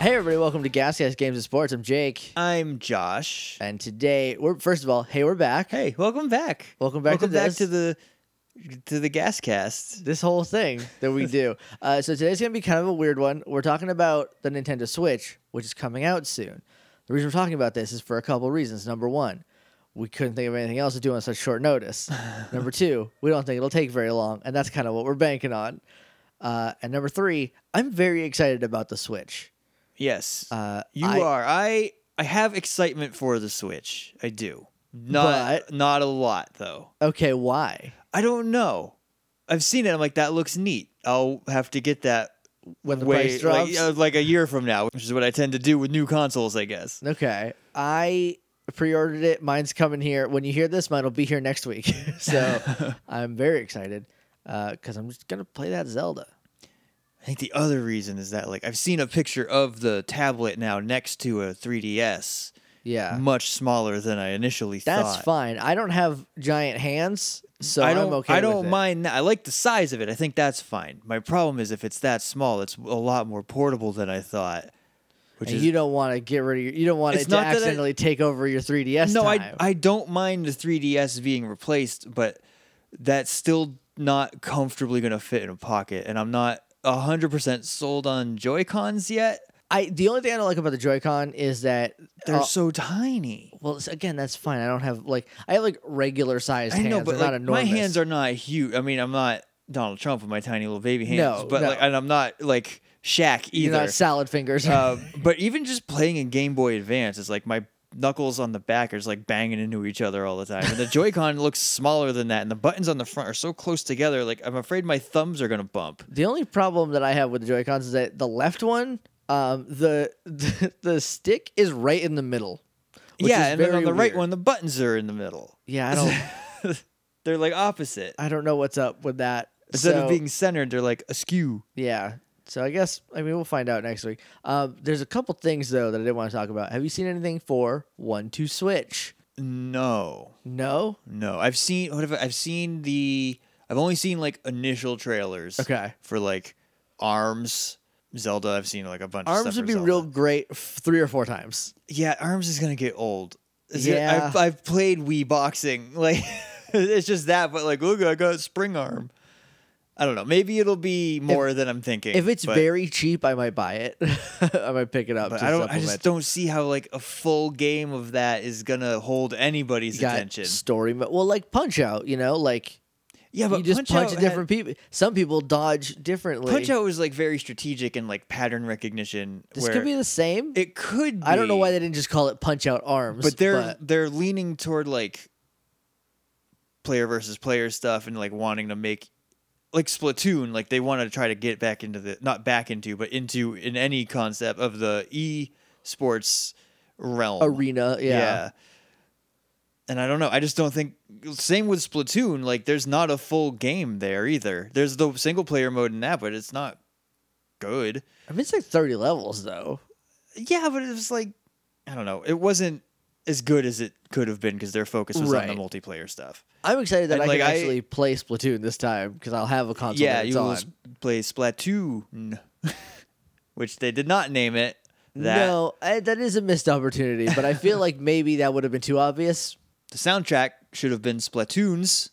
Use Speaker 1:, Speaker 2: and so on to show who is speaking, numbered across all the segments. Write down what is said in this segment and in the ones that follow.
Speaker 1: Hey everybody, welcome to Gas Gas Games and Sports. I'm Jake,
Speaker 2: I'm Josh.
Speaker 1: and today we're first of all, hey, we're back.
Speaker 2: Hey, welcome back.
Speaker 1: Welcome back to
Speaker 2: welcome back
Speaker 1: this.
Speaker 2: to the to the gas cast.
Speaker 1: This whole thing that we do. Uh, so today's gonna be kind of a weird one. We're talking about the Nintendo Switch, which is coming out soon. The reason we're talking about this is for a couple reasons. Number one, we couldn't think of anything else to do on such short notice. number two, we don't think it'll take very long, and that's kind of what we're banking on. Uh, and number three, I'm very excited about the Switch.
Speaker 2: Yes,
Speaker 1: Uh,
Speaker 2: you
Speaker 1: I-
Speaker 2: are. I I have excitement for the Switch. I do. Not not a lot though.
Speaker 1: Okay, why?
Speaker 2: I don't know. I've seen it. I'm like that looks neat. I'll have to get that
Speaker 1: When the
Speaker 2: way
Speaker 1: price drops.
Speaker 2: like, uh, like a year from now, which is what I tend to do with new consoles, I guess.
Speaker 1: Okay. I pre-ordered it. Mine's coming here. When you hear this, mine'll be here next week. so I'm very excited because I'm just gonna play that Zelda.
Speaker 2: I think the other reason is that like I've seen a picture of the tablet now next to a 3DS,
Speaker 1: Yeah,
Speaker 2: much smaller than I initially
Speaker 1: Uh, that's
Speaker 2: thought.
Speaker 1: fine. I don't have giant hands, so
Speaker 2: I don't.
Speaker 1: am okay.
Speaker 2: I
Speaker 1: with
Speaker 2: don't
Speaker 1: it.
Speaker 2: mind. that. I like the size of it. I think that's fine. My problem is if it's that small, it's a lot more portable than I thought. Which
Speaker 1: And
Speaker 2: is
Speaker 1: you don't want to get rid of your. You don't want
Speaker 2: It's
Speaker 1: it to
Speaker 2: not that I-
Speaker 1: accidentally take over your 3ds.
Speaker 2: no,
Speaker 1: time.
Speaker 2: I I don't mind the 3DS being replaced, but that's still not comfortably going to fit in a pocket, and I'm not hundred percent sold on Joy Cons yet.
Speaker 1: I. The only thing I don't like about the Joy-Con is that
Speaker 2: They're
Speaker 1: uh,
Speaker 2: so tiny.
Speaker 1: well, it's- again, that's fine. I don't have like I have like regular sized
Speaker 2: I
Speaker 1: hands.
Speaker 2: know, but
Speaker 1: They're not
Speaker 2: like, my
Speaker 1: enormous.
Speaker 2: hands are not huge. I mean, I'm not Donald Trump with my tiny little baby hands,
Speaker 1: No,
Speaker 2: but
Speaker 1: no.
Speaker 2: like, and I'm not like Shaq
Speaker 1: You're
Speaker 2: either.
Speaker 1: not salad fingers.
Speaker 2: uh, but even just playing a Game Boy Advance is like my knuckles on the back are just like banging into each other all the time. And the Joy-Con looks smaller than that, and the buttons on the front are so close together. Like I'm afraid my thumbs are gonna bump.
Speaker 1: The only problem that I have with the Joy Cons is that the left one, um, the, the stick is right in the middle. which
Speaker 2: yeah,
Speaker 1: is
Speaker 2: and then
Speaker 1: very
Speaker 2: on the right
Speaker 1: weird.
Speaker 2: one, the buttons are in the middle.
Speaker 1: Yeah, I don't,
Speaker 2: They're like opposite.
Speaker 1: I don't know what's up with that.
Speaker 2: Instead
Speaker 1: So,
Speaker 2: of being centered, they're like askew.
Speaker 1: yeah. So I guess I mean we'll find out next week. Um, there's a couple things though that I did want to talk about. Have you seen anything for One Two Switch?
Speaker 2: No,
Speaker 1: No.
Speaker 2: no. I've seen what have I, I've seen the. I've only seen like initial trailers.
Speaker 1: Okay.
Speaker 2: For like Arms, Zelda. I've seen like a bunch. of
Speaker 1: Arms
Speaker 2: stuff
Speaker 1: would
Speaker 2: for
Speaker 1: be
Speaker 2: Zelda.
Speaker 1: real great f- three or four times.
Speaker 2: yeah, arms is gonna get old. Is
Speaker 1: Yeah.
Speaker 2: it, I've, I've played Wii boxing. Like it's just that, but like, look, I got a spring arm. I don't know. Maybe it'll be more than I'm thinking.
Speaker 1: If it's
Speaker 2: but,
Speaker 1: very cheap, I might buy it. I might pick it up.
Speaker 2: but
Speaker 1: to
Speaker 2: I don't. I
Speaker 1: supplement.
Speaker 2: just don't see how like a full game of that is gonna hold anybody's
Speaker 1: You got
Speaker 2: attention.
Speaker 1: story. mo- Well, like Punch Out, you know, like
Speaker 2: Yeah, but
Speaker 1: you just
Speaker 2: Punch
Speaker 1: punch
Speaker 2: Out
Speaker 1: different people. Some people dodge differently.
Speaker 2: Had, Punch Out was like very strategic and like pattern recognition.
Speaker 1: This
Speaker 2: where
Speaker 1: could be the same.
Speaker 2: It could. Be,
Speaker 1: I don't know why they didn't just call it Punch Out Arms.
Speaker 2: but they're they're leaning toward like player versus player stuff and like wanting to make like Splatoon, like they want to try to get back into the not back into, but into in any concept of the e sports realm.
Speaker 1: arena. Yeah.
Speaker 2: And I don't know. I just don't think same with Splatoon, like there's not a full game there either. There's the single player mode in that, but it's not good.
Speaker 1: I mean, it's like thirty levels though.
Speaker 2: Yeah, but it was like I don't know. It wasn't as good as it could have been because their focus was on
Speaker 1: Right.
Speaker 2: the multiplayer stuff.
Speaker 1: I'm excited that
Speaker 2: And,
Speaker 1: I
Speaker 2: like,
Speaker 1: can
Speaker 2: I-
Speaker 1: actually play Splatoon this time because I'll have a console.
Speaker 2: yeah,
Speaker 1: that it's
Speaker 2: you will
Speaker 1: on.
Speaker 2: s- play Splatoon, which they did not name it. That
Speaker 1: No, I, that is a missed opportunity. But I feel like maybe that would have been too obvious.
Speaker 2: the soundtrack should have been Splatoons,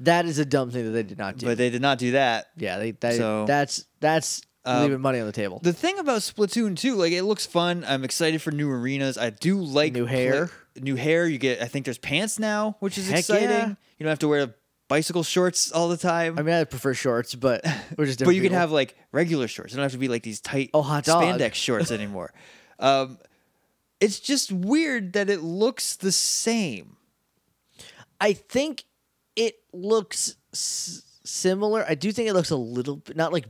Speaker 1: That is a dumb thing that they did not do.
Speaker 2: but they did not do that.
Speaker 1: yeah, they, they
Speaker 2: So-
Speaker 1: that's that's
Speaker 2: Um,
Speaker 1: leaving money on the table.
Speaker 2: The thing about Splatoon 2, like it looks fun. I'm excited for new arenas. I do like
Speaker 1: New hair.
Speaker 2: pla- new hair. You get. I think there's pants now, which is
Speaker 1: Heck
Speaker 2: exciting.
Speaker 1: yeah.
Speaker 2: You don't have to wear bicycle shorts all the time.
Speaker 1: I mean, I prefer shorts, but we're just
Speaker 2: but
Speaker 1: different
Speaker 2: you can
Speaker 1: people.
Speaker 2: have like regular shorts. They don't have to be like these tight
Speaker 1: Oh, hot dog.
Speaker 2: spandex shorts anymore. um, it's just weird that it looks the same.
Speaker 1: I think it looks s- similar. I do think it looks a little bit not like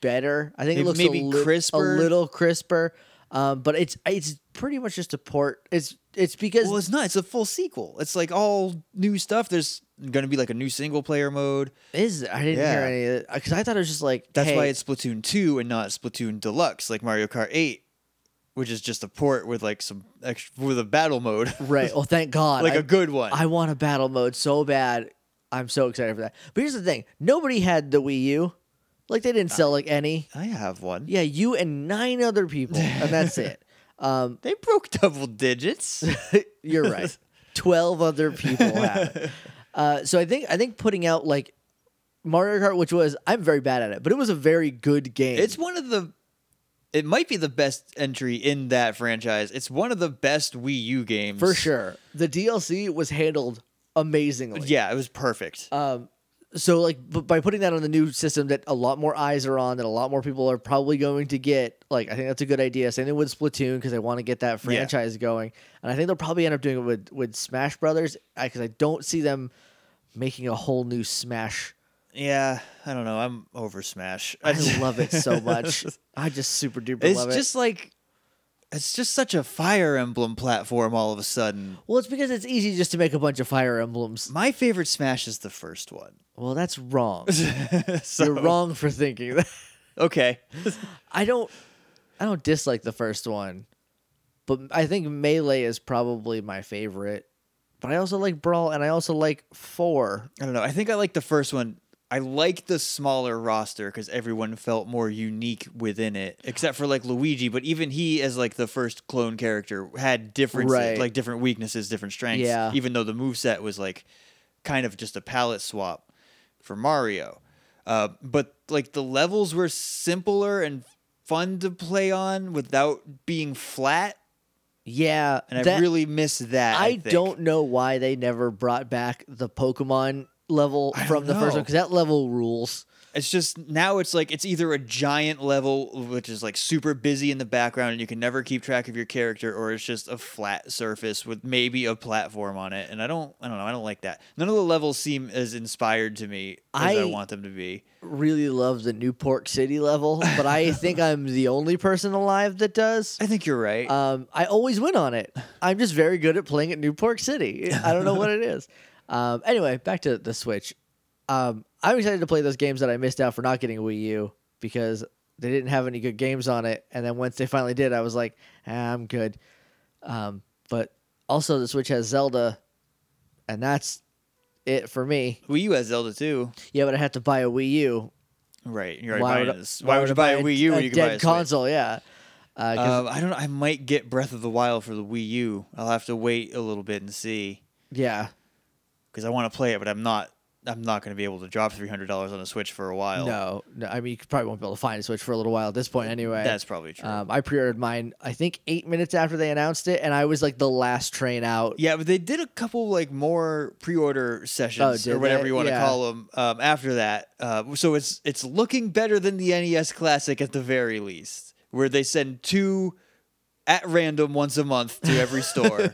Speaker 1: better. I think it
Speaker 2: Maybe-
Speaker 1: looks
Speaker 2: maybe
Speaker 1: a li-
Speaker 2: crisper?
Speaker 1: a little crisper. Um, but it's it's pretty much just a port. It's it's because
Speaker 2: Well, it's not. It's a full sequel. It's like all new stuff. There's going to be like a new single player mode.
Speaker 1: is I didn't hear
Speaker 2: Yeah.
Speaker 1: any of it because I thought it was just like
Speaker 2: That's
Speaker 1: hey,
Speaker 2: why it's Splatoon 2 and not Splatoon Deluxe like Mario Kart 8 which is just a port with like some extra with a battle mode,
Speaker 1: Right. Well, thank God.
Speaker 2: like
Speaker 1: I-
Speaker 2: a good one.
Speaker 1: I want a battle mode so bad. I'm so excited for that. But here's the thing: nobody had the Wii U. Like they didn't sell like any.
Speaker 2: I have one.
Speaker 1: Yeah, you and nine other people, and that's it. Um,
Speaker 2: They broke double digits.
Speaker 1: you're right. Twelve other people have it. Uh, so I think I think putting out like Mario Kart, which was I'm very bad at it, but it was a very good game.
Speaker 2: It's one of the. It might be the best entry in that franchise. It's one of the best Wii U games
Speaker 1: for sure. The DLC was handled amazingly.
Speaker 2: Yeah, it was perfect.
Speaker 1: Um, so like b- by putting that on the new system that a lot more eyes are on, that a lot more people are probably going to get. Like I think that's a good idea. Same thing with Splatoon because I want to get that franchise going, and I think they'll probably end up doing it with with Smash Brothers because I don't see them making a whole new Smash.
Speaker 2: yeah, I don't know. I'm over Smash.
Speaker 1: I love it so much. I just super duper
Speaker 2: It's
Speaker 1: love it.
Speaker 2: just like. It's just such a Fire Emblem platform all of a sudden.
Speaker 1: well, it's because it's easy just to make a bunch of fire emblems.
Speaker 2: My favorite Smash is the first one.
Speaker 1: Well, that's wrong.
Speaker 2: So-
Speaker 1: You're wrong for thinking that.
Speaker 2: Okay.
Speaker 1: I don't I don't dislike the first one, but I think Melee is probably my favorite. But I also like Brawl and I also like 4.
Speaker 2: I don't know. I think I like the first one. I like the smaller roster because everyone felt more unique within it, except for like Luigi. But even he, as like the first clone character, had differences,
Speaker 1: Right.
Speaker 2: like different weaknesses, different strengths.
Speaker 1: Yeah.
Speaker 2: Even though the moveset was like kind of just a palette swap for Mario. Uh, but like the levels were simpler and fun to play on without being flat.
Speaker 1: Yeah,
Speaker 2: And I
Speaker 1: that-
Speaker 2: really miss that.
Speaker 1: I,
Speaker 2: I, think.
Speaker 1: don't know why they never brought back the Pokemon level
Speaker 2: I
Speaker 1: from the
Speaker 2: don't
Speaker 1: first
Speaker 2: know.
Speaker 1: one cuz that level rules.
Speaker 2: It's just now it's like it's either a giant level which is like super busy in the background and you can never keep track of your character or it's just a flat surface with maybe a platform on it and I don't I don't know I don't like that. None of the levels seem as inspired to me as I,
Speaker 1: I-
Speaker 2: want them to be.
Speaker 1: Really love the New Pork City level, but I think I'm the only person alive that does.
Speaker 2: I think you're right.
Speaker 1: Um, I always win on it. I'm just very good at playing at New Pork City. I don't know what it is. Um, anyway, back to the Switch. Um, I'm excited to play those games that I missed out for not getting a Wii U because they didn't have any good games on it. And then once they finally did, I was like, ah, I'm good. Um, but also, the Switch has Zelda, and that's it for me.
Speaker 2: Wii U has Zelda too.
Speaker 1: Yeah, but I had to buy a Wii U.
Speaker 2: Right. You're already buying this. Why, would you buy a
Speaker 1: I
Speaker 2: Wii U when you can buy a
Speaker 1: dead
Speaker 2: Switch?
Speaker 1: console? Yeah. Uh, 'cause-
Speaker 2: Um, I don't know. I might get Breath of the Wild for the Wii U. I'll have to wait a little bit and see
Speaker 1: yeah.
Speaker 2: because I want to play it, but I'm not. I'm not going to be able to drop three hundred dollars on a Switch for a while.
Speaker 1: No, no. I mean, you probably won't be able to find a Switch for a little while at this point, anyway.
Speaker 2: That's probably true.
Speaker 1: Um, I pre-ordered mine. I think eight minutes after they announced it, and I was like the last train out.
Speaker 2: yeah, but they did a couple like more pre-order
Speaker 1: Oh,
Speaker 2: sessions
Speaker 1: did
Speaker 2: or whatever
Speaker 1: they?
Speaker 2: you want
Speaker 1: Yeah.
Speaker 2: to call them um, after that. Uh, so it's it's looking better than the NES Classic at the very least, where they send two at random once a month to every store.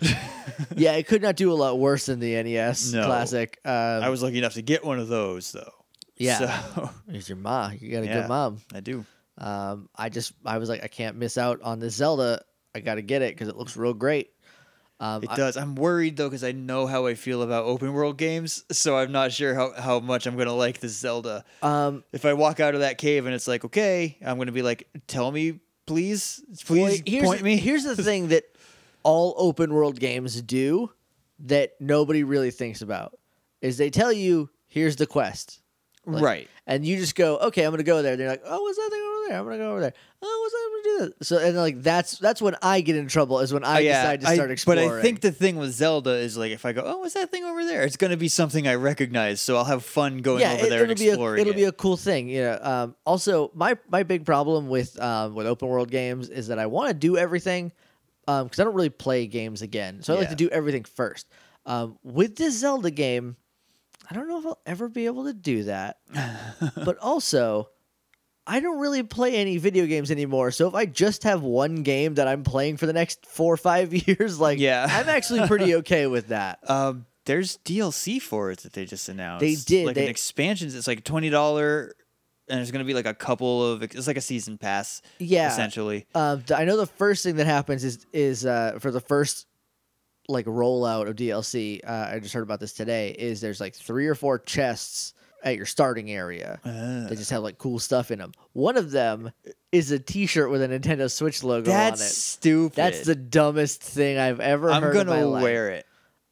Speaker 1: yeah, it could not do a lot worse than the NES
Speaker 2: No.
Speaker 1: classic. Um,
Speaker 2: I was lucky enough to get one of those though.
Speaker 1: Yeah.
Speaker 2: So
Speaker 1: here's your ma. You got a
Speaker 2: Yeah.
Speaker 1: good mom.
Speaker 2: I do.
Speaker 1: Um, I just I was like, I can't miss out on this Zelda. I got to get it because it looks real great. Um,
Speaker 2: It
Speaker 1: I-
Speaker 2: does. I'm worried though because I know how I feel about open world games, so I'm not sure how, how much I'm gonna like this Zelda.
Speaker 1: um,
Speaker 2: if I walk out of that cave and it's like, okay, I'm gonna be like, tell me, please, please
Speaker 1: Well, here's
Speaker 2: point
Speaker 1: the,
Speaker 2: me.
Speaker 1: Here's the thing that all open world games do that nobody really thinks about is they tell you, here's the quest. Like,
Speaker 2: right.
Speaker 1: And you just go, okay, I'm gonna go there. They're like, oh, what's that thing over there? I'm gonna go over there. Oh, what's that? I'm gonna do this. So and like that's that's when I get in trouble is when I decide to start exploring.
Speaker 2: But Uh, I think the thing with Zelda is like, if I go, oh, what's that thing over there? It's gonna be something I recognize, so I'll have fun going
Speaker 1: yeah,
Speaker 2: over
Speaker 1: it,
Speaker 2: there
Speaker 1: will
Speaker 2: and
Speaker 1: be a,
Speaker 2: exploring
Speaker 1: it'll
Speaker 2: it.
Speaker 1: be a cool thing. You know. Um, also, my my big problem with um, with open world games is that I want to do everything because I don't really play games again, so I like
Speaker 2: Yeah.
Speaker 1: to do everything first. Um, with this Zelda game, I don't know if I'll ever be able to do that. but also, I don't really play any video games anymore. So if I just have one game that I'm playing for the next four or five years, like
Speaker 2: Yeah.
Speaker 1: I'm actually pretty okay with that.
Speaker 2: um, there's DLC for it that they just announced.
Speaker 1: They did,
Speaker 2: like
Speaker 1: they-
Speaker 2: an expansion. It's like twenty dollar, and there's gonna be like a couple of. It's like a season pass,
Speaker 1: Yeah.
Speaker 2: essentially.
Speaker 1: Uh, th- I know the first thing that happens is is uh, for the first like rollout of DLC. Uh, I just heard about this today. Is there's like three or four chests at your starting area.
Speaker 2: Uh,
Speaker 1: They just have like cool stuff in them. One of them is a T-shirt with a Nintendo Switch logo
Speaker 2: That's
Speaker 1: on it.
Speaker 2: stupid.
Speaker 1: That's the dumbest thing I've ever
Speaker 2: I'm
Speaker 1: heard. in my
Speaker 2: gonna
Speaker 1: life.
Speaker 2: wear it.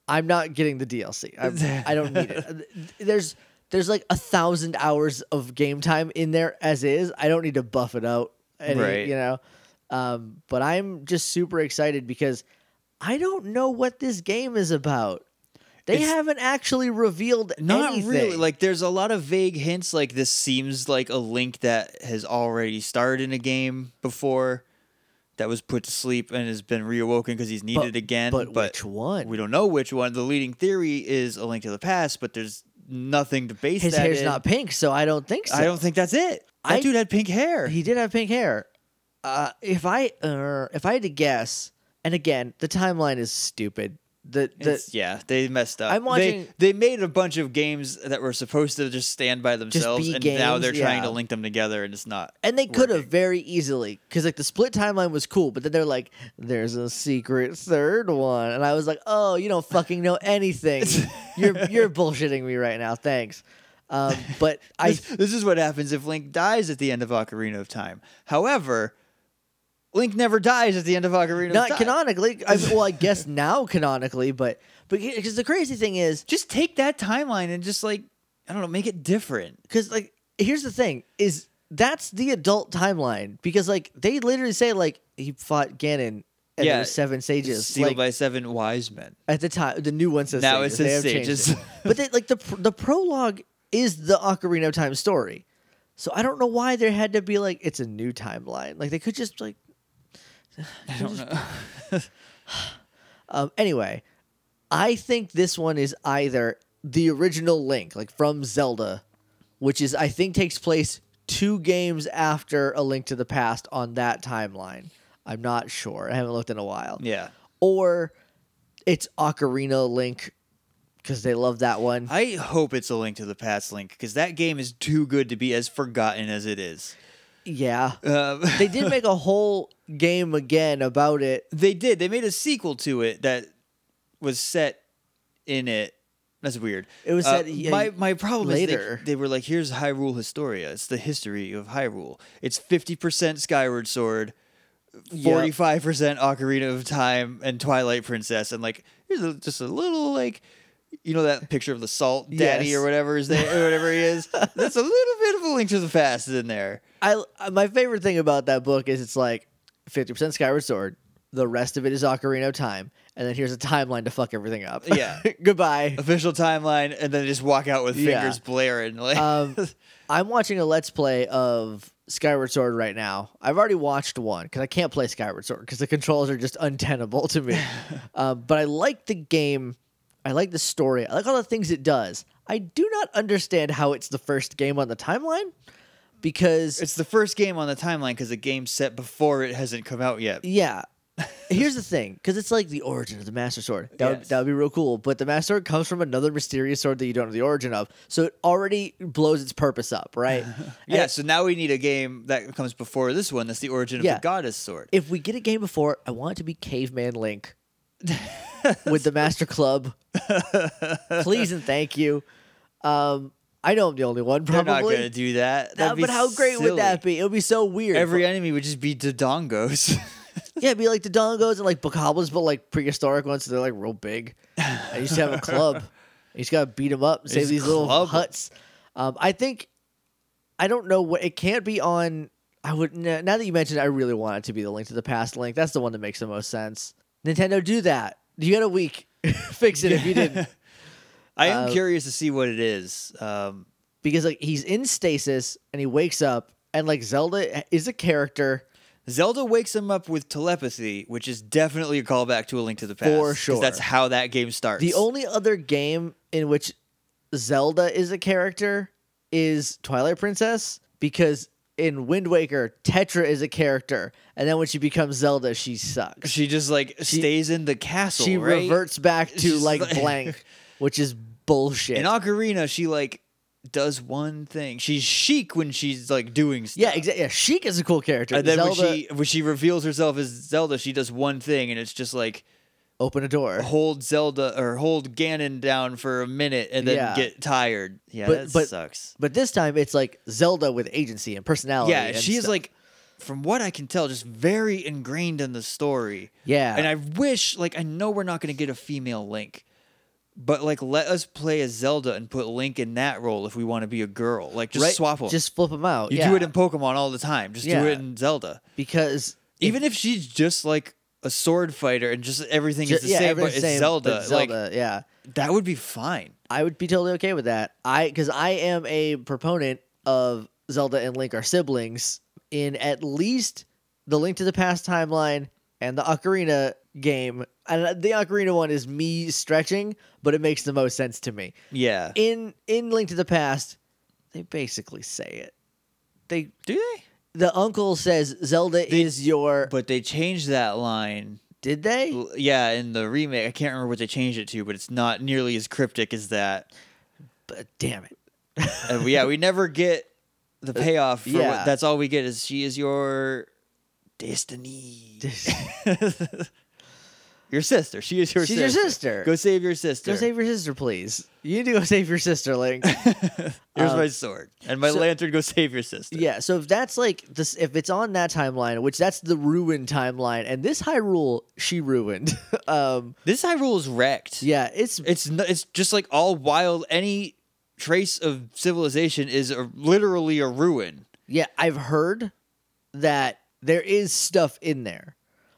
Speaker 1: I'm not getting the DLC. I'm, I don't need it. There's there's like a thousand hours of game time in there as is. I don't need to buff it out. Any,
Speaker 2: Right.
Speaker 1: You know. Um, but I'm just super excited because I don't know what this game is about. They
Speaker 2: It's-
Speaker 1: haven't actually revealed
Speaker 2: Not
Speaker 1: anything.
Speaker 2: really. Like there's a lot of vague hints. Like this seems like a link that has already starred in a game before, that was put to sleep and has been reawoken because he's needed again.
Speaker 1: but, which one?
Speaker 2: we don't know which one. The leading theory is a link to the past, but there's nothing to base
Speaker 1: His
Speaker 2: that
Speaker 1: hair's
Speaker 2: in.
Speaker 1: not pink, so I don't think so.
Speaker 2: I don't think that's it. That
Speaker 1: I-
Speaker 2: dude had pink hair.
Speaker 1: He did have pink hair. Uh, if I uh, if I had to guess, and again, the timeline is stupid. The the
Speaker 2: It's- yeah, they messed up.
Speaker 1: I'm watching-
Speaker 2: They, they made a bunch of games that were supposed to just stand by themselves,
Speaker 1: be
Speaker 2: and now
Speaker 1: games,
Speaker 2: they're trying
Speaker 1: yeah.
Speaker 2: to link them together, and it's not.
Speaker 1: and they could have
Speaker 2: working.
Speaker 1: very easily because like the split timeline was cool, but then they're like, "There's a secret third one," and I was like, "Oh, you don't fucking know anything. you're you're bullshitting me right now. Thanks." Um, but I
Speaker 2: This, this is what happens if Link dies at the end of Ocarina of Time. However, Link never dies at the end of Ocarina
Speaker 1: not
Speaker 2: of Time.
Speaker 1: canonically. I, well, I guess now canonically, but because the crazy thing is,
Speaker 2: Just take that timeline and just like I don't know, make it different.
Speaker 1: because like here's the thing is that's the adult timeline because like they literally say like he fought Ganon and there
Speaker 2: Yeah,
Speaker 1: were seven sages
Speaker 2: Sealed
Speaker 1: like
Speaker 2: by seven wise men.
Speaker 1: at the time the new one says
Speaker 2: Now it
Speaker 1: sages.
Speaker 2: says
Speaker 1: they have changed
Speaker 2: sages.
Speaker 1: it. but they like the pr- the prologue is the Ocarina of Time story so I don't know why there had to be like it's a new timeline like they could just like
Speaker 2: I don't know.
Speaker 1: um anyway I think this one is either the original Link like from Zelda which is I think takes place two games after A Link to the Past on that timeline. I'm not sure. I haven't looked in a while.
Speaker 2: Yeah.
Speaker 1: Or it's Ocarina Link because they love that one.
Speaker 2: I hope it's a link to the past link because that game is too good to be as forgotten as it is.
Speaker 1: yeah.
Speaker 2: Um,
Speaker 1: They did make a whole game again about it.
Speaker 2: They did. They made a sequel to it that was set in it. That's weird.
Speaker 1: It was
Speaker 2: Uh,
Speaker 1: set, yeah,
Speaker 2: my my problem
Speaker 1: later.
Speaker 2: is they, they were like, "Here's Hyrule Historia. It's the history of Hyrule. It's fifty percent Skyward Sword,
Speaker 1: Yep.
Speaker 2: forty five percent Ocarina of Time, and Twilight Princess." And like, here's a, just a little like, you know that picture of the Salt Daddy
Speaker 1: Yes.
Speaker 2: or whatever is there or whatever he is. That's a little bit of a Link to the Past in there.
Speaker 1: I my favorite thing about that book is it's like 50% Skyward Sword, the rest of it is Ocarina of Time, and then here's a timeline to fuck everything up.
Speaker 2: Yeah.
Speaker 1: Goodbye.
Speaker 2: Official timeline, and then they just walk out with
Speaker 1: Yeah.
Speaker 2: fingers blaring. Like,
Speaker 1: um, I'm watching a Let's Play of Skyward Sword right now. I've already watched one because I can't play Skyward Sword because the controls are just untenable to me. uh, but I like the game. I like the story. I like all the things it does. I do not understand how it's the first game on the timeline because,
Speaker 2: It's the first game on the timeline because the game's set before it hasn't come out yet.
Speaker 1: yeah. Here's the thing, because it's like the origin of the Master Sword. That would
Speaker 2: Yes.
Speaker 1: that would be real cool. But the Master Sword comes from another mysterious sword that you don't know the origin of, so it already blows its purpose up, right? And
Speaker 2: Yeah, so now we need a game that comes before this one. That's the origin
Speaker 1: Yeah.
Speaker 2: of the goddess sword.
Speaker 1: if we get a game before, I want it to be Caveman Link with the Master Club. Please and thank you. Um, I know I'm the only one,
Speaker 2: They're
Speaker 1: probably.
Speaker 2: not gonna do that.
Speaker 1: That-
Speaker 2: That'd be
Speaker 1: but how great would
Speaker 2: silly.
Speaker 1: that be? It would be so weird.
Speaker 2: Every enemy would just be Dodongos.
Speaker 1: yeah, it'd be like the Dongos and like Bokoblins, but like prehistoric ones. So they're like real big. I used to have a club. You just gotta beat them up, save
Speaker 2: just
Speaker 1: these little
Speaker 2: club 'em.
Speaker 1: huts. Um, I think I don't know what it can't be on. I would n- now that you mentioned, it, I really want it to be the Link to the Past link. That's the one that makes the most sense. Nintendo, do that. You got a week. Fix it if you didn't,
Speaker 2: I am
Speaker 1: Uh,
Speaker 2: curious to see what it is. Um,
Speaker 1: because like he's in stasis and he wakes up and like Zelda is a character.
Speaker 2: Zelda wakes him up with telepathy, which is definitely a callback to A Link to the Past. 'cause
Speaker 1: sure.
Speaker 2: That's how that game starts.
Speaker 1: The only other game in which Zelda is a character is Twilight Princess because in Wind Waker, Tetra is a character, and then when she becomes Zelda, she sucks.
Speaker 2: she just like stays in the castle.
Speaker 1: She
Speaker 2: right?
Speaker 1: reverts back to
Speaker 2: She's
Speaker 1: like
Speaker 2: like-
Speaker 1: blank, which is bullshit.
Speaker 2: In Ocarina, she like does one thing. She's chic when she's like doing stuff.
Speaker 1: yeah, exactly. Yeah, Sheik is a cool character.
Speaker 2: And then
Speaker 1: Zelda,
Speaker 2: when she when she reveals herself as Zelda, she does one thing, and it's just like
Speaker 1: open a door.
Speaker 2: hold Zelda or hold Ganon down for a minute, and then
Speaker 1: Yeah.
Speaker 2: get tired. Yeah,
Speaker 1: But-
Speaker 2: that
Speaker 1: but-
Speaker 2: sucks.
Speaker 1: But this time it's like Zelda with agency and personality.
Speaker 2: Yeah,
Speaker 1: and
Speaker 2: she is
Speaker 1: stuff.
Speaker 2: like from what I can tell, just very ingrained in the story.
Speaker 1: Yeah.
Speaker 2: And I wish, like, I know we're not going to get a female Link, but like, let us play as Zelda and put Link in that role if we want to be a girl. Like, just
Speaker 1: Right?
Speaker 2: swap them.
Speaker 1: Just flip them out.
Speaker 2: you
Speaker 1: yeah.
Speaker 2: do it in Pokemon all the time. Just
Speaker 1: Yeah.
Speaker 2: do it in Zelda.
Speaker 1: because
Speaker 2: Even if she's just like a sword fighter and just everything is
Speaker 1: ju-
Speaker 2: the
Speaker 1: yeah,
Speaker 2: same, but
Speaker 1: everything's
Speaker 2: it's
Speaker 1: the same,
Speaker 2: Zelda.
Speaker 1: but Zelda.
Speaker 2: Like,
Speaker 1: yeah.
Speaker 2: that would be fine.
Speaker 1: I would be totally okay with that. I because I am a proponent of Zelda and Link are siblings in at least the Link to the Past timeline and the Ocarina game. And the Ocarina one is me stretching, but it makes the most sense to me.
Speaker 2: Yeah.
Speaker 1: In in Link to the Past, they basically say it. They
Speaker 2: do they?
Speaker 1: the uncle says Zelda is your.
Speaker 2: But they changed that line.
Speaker 1: Did they?
Speaker 2: L- Yeah, in the remake, I can't remember what they changed it to, but it's not nearly as cryptic as that.
Speaker 1: But damn it.
Speaker 2: And we- yeah, we never get the payoff. For
Speaker 1: Yeah.
Speaker 2: what, that's all we get is she is your destiny. your sister. She is your
Speaker 1: She's
Speaker 2: sister.
Speaker 1: your sister.
Speaker 2: Go save your sister.
Speaker 1: Go save your sister, please. You need to go save your sister, Link.
Speaker 2: Here's
Speaker 1: um,
Speaker 2: my sword and my
Speaker 1: so-
Speaker 2: lantern. Go save your sister.
Speaker 1: Yeah, so if that's like this, if it's on that timeline, which that's the ruined timeline, and this Hyrule she ruined. um,
Speaker 2: This Hyrule is wrecked.
Speaker 1: yeah, it's
Speaker 2: It's n- it's just like all wild. Any trace of civilization is a, literally a ruin.
Speaker 1: yeah. I've heard that there is stuff in there,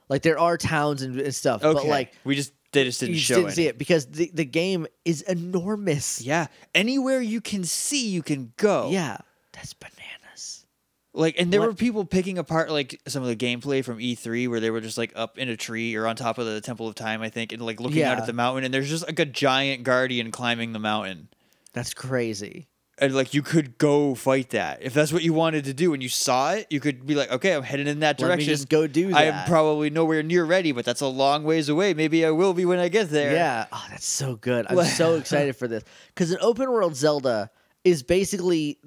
Speaker 1: like there are towns and, and stuff,
Speaker 2: Okay,
Speaker 1: but like
Speaker 2: we just they just
Speaker 1: you
Speaker 2: didn't
Speaker 1: just
Speaker 2: show
Speaker 1: didn't
Speaker 2: any.
Speaker 1: see it because the the game is enormous.
Speaker 2: Yeah, anywhere you can see, you can go.
Speaker 1: Yeah, that's bananas.
Speaker 2: like and there
Speaker 1: What-
Speaker 2: were people picking apart like some of the gameplay from E3 where they were just like up in a tree or on top of the Temple of Time, I think, and like looking out
Speaker 1: Yeah.
Speaker 2: at the mountain, and there's just like a giant guardian climbing the mountain,
Speaker 1: That's crazy.
Speaker 2: and like you could go fight that if that's what you wanted to do, and you saw it, you could be like, okay, I'm headed in that
Speaker 1: Let me
Speaker 2: direction.
Speaker 1: just go do
Speaker 2: I
Speaker 1: that.
Speaker 2: am probably nowhere near ready, but that's a long ways away. Maybe I will be when I get there.
Speaker 1: Yeah. Oh, that's so good. I'm
Speaker 2: Well-
Speaker 1: so excited for this because an open world Zelda is basically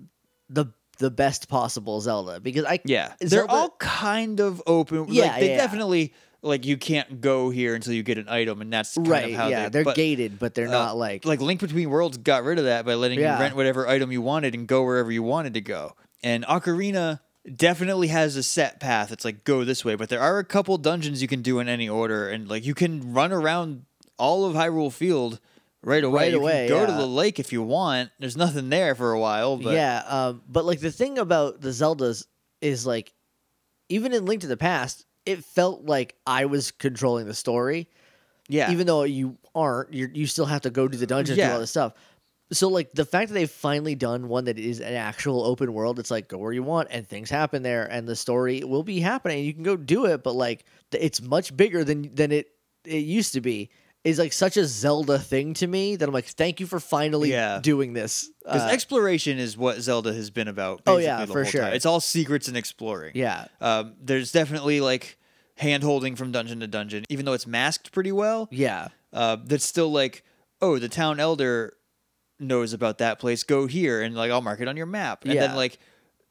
Speaker 1: the the best possible Zelda because I
Speaker 2: Yeah. They're
Speaker 1: Zelda-
Speaker 2: all kind of open.
Speaker 1: Yeah,
Speaker 2: like, they
Speaker 1: yeah, yeah.
Speaker 2: definitely like you can't go here until you get an item, and that's kind
Speaker 1: right.
Speaker 2: of how
Speaker 1: yeah,
Speaker 2: they,
Speaker 1: they're
Speaker 2: but,
Speaker 1: gated, but they're
Speaker 2: uh,
Speaker 1: not like,
Speaker 2: like Link Between Worlds got rid of that by letting
Speaker 1: Yeah.
Speaker 2: you rent whatever item you wanted and go wherever you wanted to go. And Ocarina definitely has a set path. It's like go this way, but there are a couple dungeons you can do in any order, and like you can run around all of Hyrule Field right away.
Speaker 1: Right
Speaker 2: You can
Speaker 1: away,
Speaker 2: go to
Speaker 1: yeah.
Speaker 2: the lake if you want. There's nothing there for a while, but
Speaker 1: yeah. Um, but like the thing about the Zeldas is like even in Link to the Past, it felt like I was controlling the story,
Speaker 2: yeah.
Speaker 1: even though you aren't. You you still have to go do the dungeons do
Speaker 2: Yeah.
Speaker 1: all this stuff. So like the fact that they've finally done one that is an actual open world, it's like go where you want and things happen there, and the story will be happening. You can go do it, but like th- it's much bigger than than it it used to be. Is like such a Zelda thing to me that I'm like, thank you for finally
Speaker 2: Yeah.
Speaker 1: doing this.
Speaker 2: Because
Speaker 1: Uh,
Speaker 2: exploration is what Zelda has been about.
Speaker 1: Oh,
Speaker 2: basically
Speaker 1: yeah,
Speaker 2: the
Speaker 1: for
Speaker 2: whole
Speaker 1: sure.
Speaker 2: time. It's all secrets and exploring.
Speaker 1: yeah,
Speaker 2: Um, there's definitely like hand holding from dungeon to dungeon, even though it's masked pretty well.
Speaker 1: yeah,
Speaker 2: Uh, that's still like, oh, the town elder knows about that place. Go here, and like I'll mark it on your map. And
Speaker 1: Yeah.
Speaker 2: then like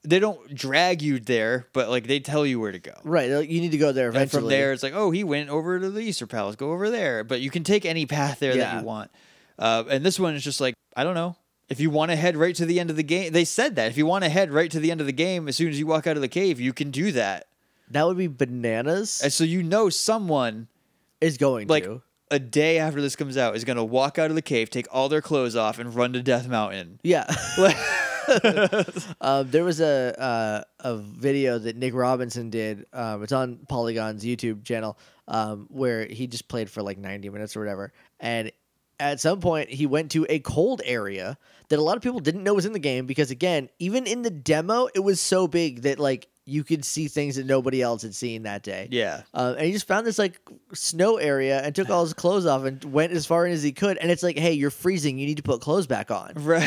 Speaker 2: they don't drag you there, but like they tell you where to go.
Speaker 1: right. like, You need to go there
Speaker 2: And
Speaker 1: eventually.
Speaker 2: from there, it's like, oh, he went over to the Easter Palace. Go over there. But you can take any path there
Speaker 1: Yeah.
Speaker 2: that you want. Uh, and this one is just like, I don't know. If you want to head right to the end of the game, they said that. If you want to head right to the end of the game, as soon as you walk out of the cave, you can do that.
Speaker 1: that would be bananas.
Speaker 2: And so you know someone
Speaker 1: Is going
Speaker 2: like
Speaker 1: to
Speaker 2: a day after this comes out is going to walk out of the cave, take all their clothes off, and run to Death Mountain.
Speaker 1: yeah. Um, there was a uh, a video that Nick Robinson did. Um, it's on Polygon's YouTube channel um, where he just played for like 90 minutes or whatever. And at some point, he went to a cold area that a lot of people didn't know was in the game because, again, even in the demo, it was so big that like you could see things that nobody else had seen that day.
Speaker 2: yeah.
Speaker 1: Um, and he just found this like snow area and took all his clothes off and went as far in as he could. And it's like, hey, you're freezing. You need to put clothes back on
Speaker 2: Right.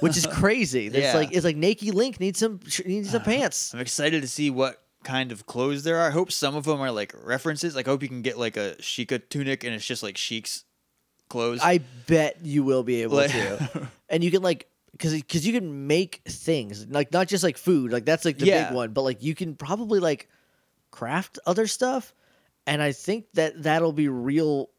Speaker 1: which is crazy. It's
Speaker 2: Yeah. Uh,
Speaker 1: like it's like Naked Link needs some sh- needs some pants.
Speaker 2: I'm excited to see what kind of clothes there are. I hope some of them are like references. Like, I hope you can get like a Sheikah tunic and it's just like Sheik's clothes.
Speaker 1: I bet you will be able
Speaker 2: Like-
Speaker 1: to, and you can like because because you can make things like not just like food like that's like the
Speaker 2: Yeah.
Speaker 1: big one, but like you can probably like craft other stuff, and I think that that'll be real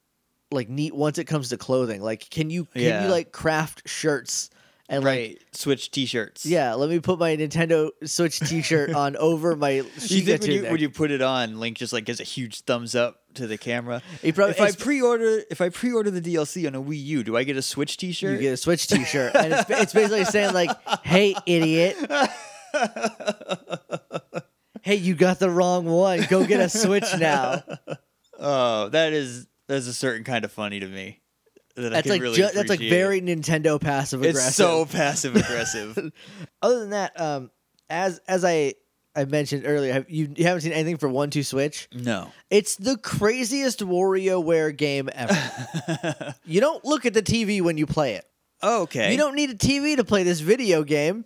Speaker 1: like neat once it comes to clothing. Like, can you can
Speaker 2: Yeah.
Speaker 1: you like craft shirts? and like
Speaker 2: right. Switch T-shirts.
Speaker 1: yeah, let me put my Nintendo Switch T-shirt on over my
Speaker 2: You
Speaker 1: Sheikah
Speaker 2: think when you,
Speaker 1: tunic.
Speaker 2: when you put it on, Link just like gives a huge thumbs up to the camera.
Speaker 1: He probably-
Speaker 2: if I
Speaker 1: it's-
Speaker 2: pre-order, if I pre-order the DLC on a Wii U, do I get a Switch T-shirt?
Speaker 1: You get a Switch T-shirt, and it's, it's basically saying like, "Hey, idiot! hey, you got the wrong one. Go get a Switch now."
Speaker 2: oh, that is that's a certain kind of funny to me. That I
Speaker 1: That's
Speaker 2: can
Speaker 1: like
Speaker 2: really
Speaker 1: ju- that's like
Speaker 2: appreciate.
Speaker 1: very Nintendo passive aggressive.
Speaker 2: It's so passive aggressive.
Speaker 1: Other than that, um, as as I I mentioned earlier, have, you you haven't seen anything for One Two Switch?
Speaker 2: no.
Speaker 1: It's the craziest WarioWare game ever. you don't look at the TV when you play it.
Speaker 2: Oh, Okay.
Speaker 1: You don't need a TV to play this video game.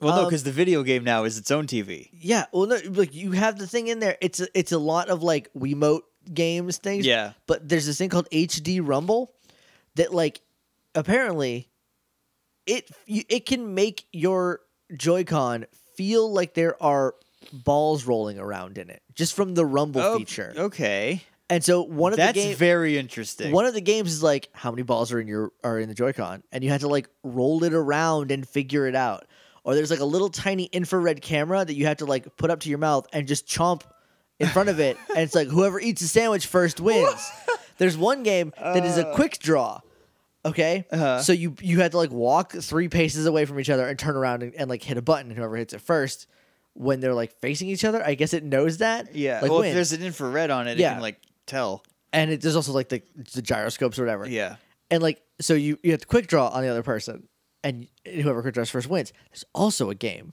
Speaker 2: well, no,
Speaker 1: um,
Speaker 2: because the video game now is its own TV.
Speaker 1: Yeah, well, no, like you have the thing in there. It's a, it's a lot of like Wiimote games things.
Speaker 2: Yeah.
Speaker 1: but there's this thing called HD Rumble that like apparently it you- it can make your Joy-Con feel like there are balls rolling around in it just from the rumble
Speaker 2: Oh,
Speaker 1: feature.
Speaker 2: Okay.
Speaker 1: And so one of
Speaker 2: That's
Speaker 1: the games
Speaker 2: very interesting.
Speaker 1: one of the games is like how many balls are in your are in the Joy-Con and you had to like roll it around and figure it out. Or there's like a little tiny infrared camera that you have to like put up to your mouth and just chomp in front of it and it's like whoever eats the sandwich first wins. there's one game that is a quick draw. Okay?
Speaker 2: Uh. Uh-huh.
Speaker 1: So you you had to like walk 3 paces away from each other and turn around and, and like hit a button and whoever hits it first when they're like facing each other, I guess it knows that.
Speaker 2: yeah.
Speaker 1: Like
Speaker 2: well,
Speaker 1: wins.
Speaker 2: if there's an infrared on it,
Speaker 1: Yeah.
Speaker 2: it can like tell.
Speaker 1: and it, there's also like the, the gyroscopes or whatever.
Speaker 2: Yeah.
Speaker 1: and like so you you have to quick draw on the other person and whoever quick draws first wins there's also a game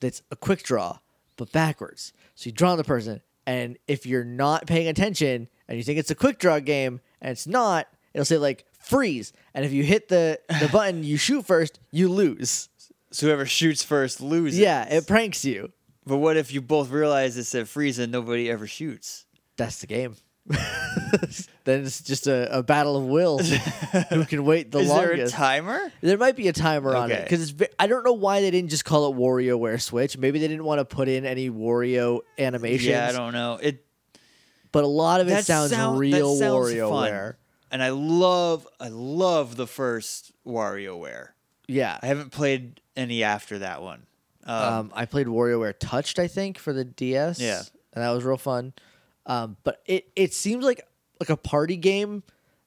Speaker 1: that's a quick draw but backwards so you draw on the person and if you're not paying attention and you think it's a quick draw game and it's not it'll say like freeze and if you hit the the button you shoot first you lose
Speaker 2: So whoever shoots first loses.
Speaker 1: yeah it pranks you
Speaker 2: But what if you both realize it said freeze and nobody ever shoots?
Speaker 1: that's the game then it's just a, a battle of wills who can wait the
Speaker 2: Is
Speaker 1: longest
Speaker 2: there a timer?
Speaker 1: There might be a timer on it
Speaker 2: Okay.
Speaker 1: because it's. Ve- I don't know why they didn't just call it WarioWare Switch. Maybe they didn't want to put in any Wario animations.
Speaker 2: Yeah, I don't know. It
Speaker 1: but a lot of it
Speaker 2: that
Speaker 1: sounds
Speaker 2: sound- that
Speaker 1: real
Speaker 2: sounds
Speaker 1: WarioWare.
Speaker 2: fun. And I love I love the first WarioWare.
Speaker 1: Yeah.
Speaker 2: I haven't played any after that one. Um,
Speaker 1: Um, I played WarioWare Touched, I think, for the DS.
Speaker 2: Yeah.
Speaker 1: and that was real fun. Um, but it it seems like like a party game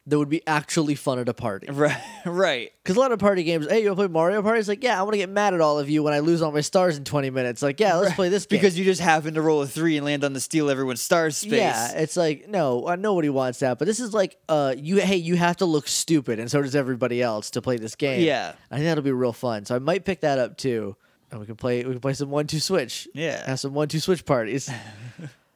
Speaker 1: that would be actually fun at a party.
Speaker 2: right, right.
Speaker 1: Because a lot of party games, hey, you want to play Mario Party? It's like, yeah, I want to get mad at all of you when I lose all my stars in twenty minutes. Like, yeah, let's play this game.
Speaker 2: Because you just happen to roll a three and land on the steal everyone's star space.
Speaker 1: Yeah, it's like no, uh, nobody wants that. But this is like, uh, you hey, you have to look stupid, and so does everybody else to play this game.
Speaker 2: Yeah.
Speaker 1: I think that'll be real fun. So I might pick that up too, and we can play we can play some one two switch.
Speaker 2: Yeah.
Speaker 1: have some one two switch parties.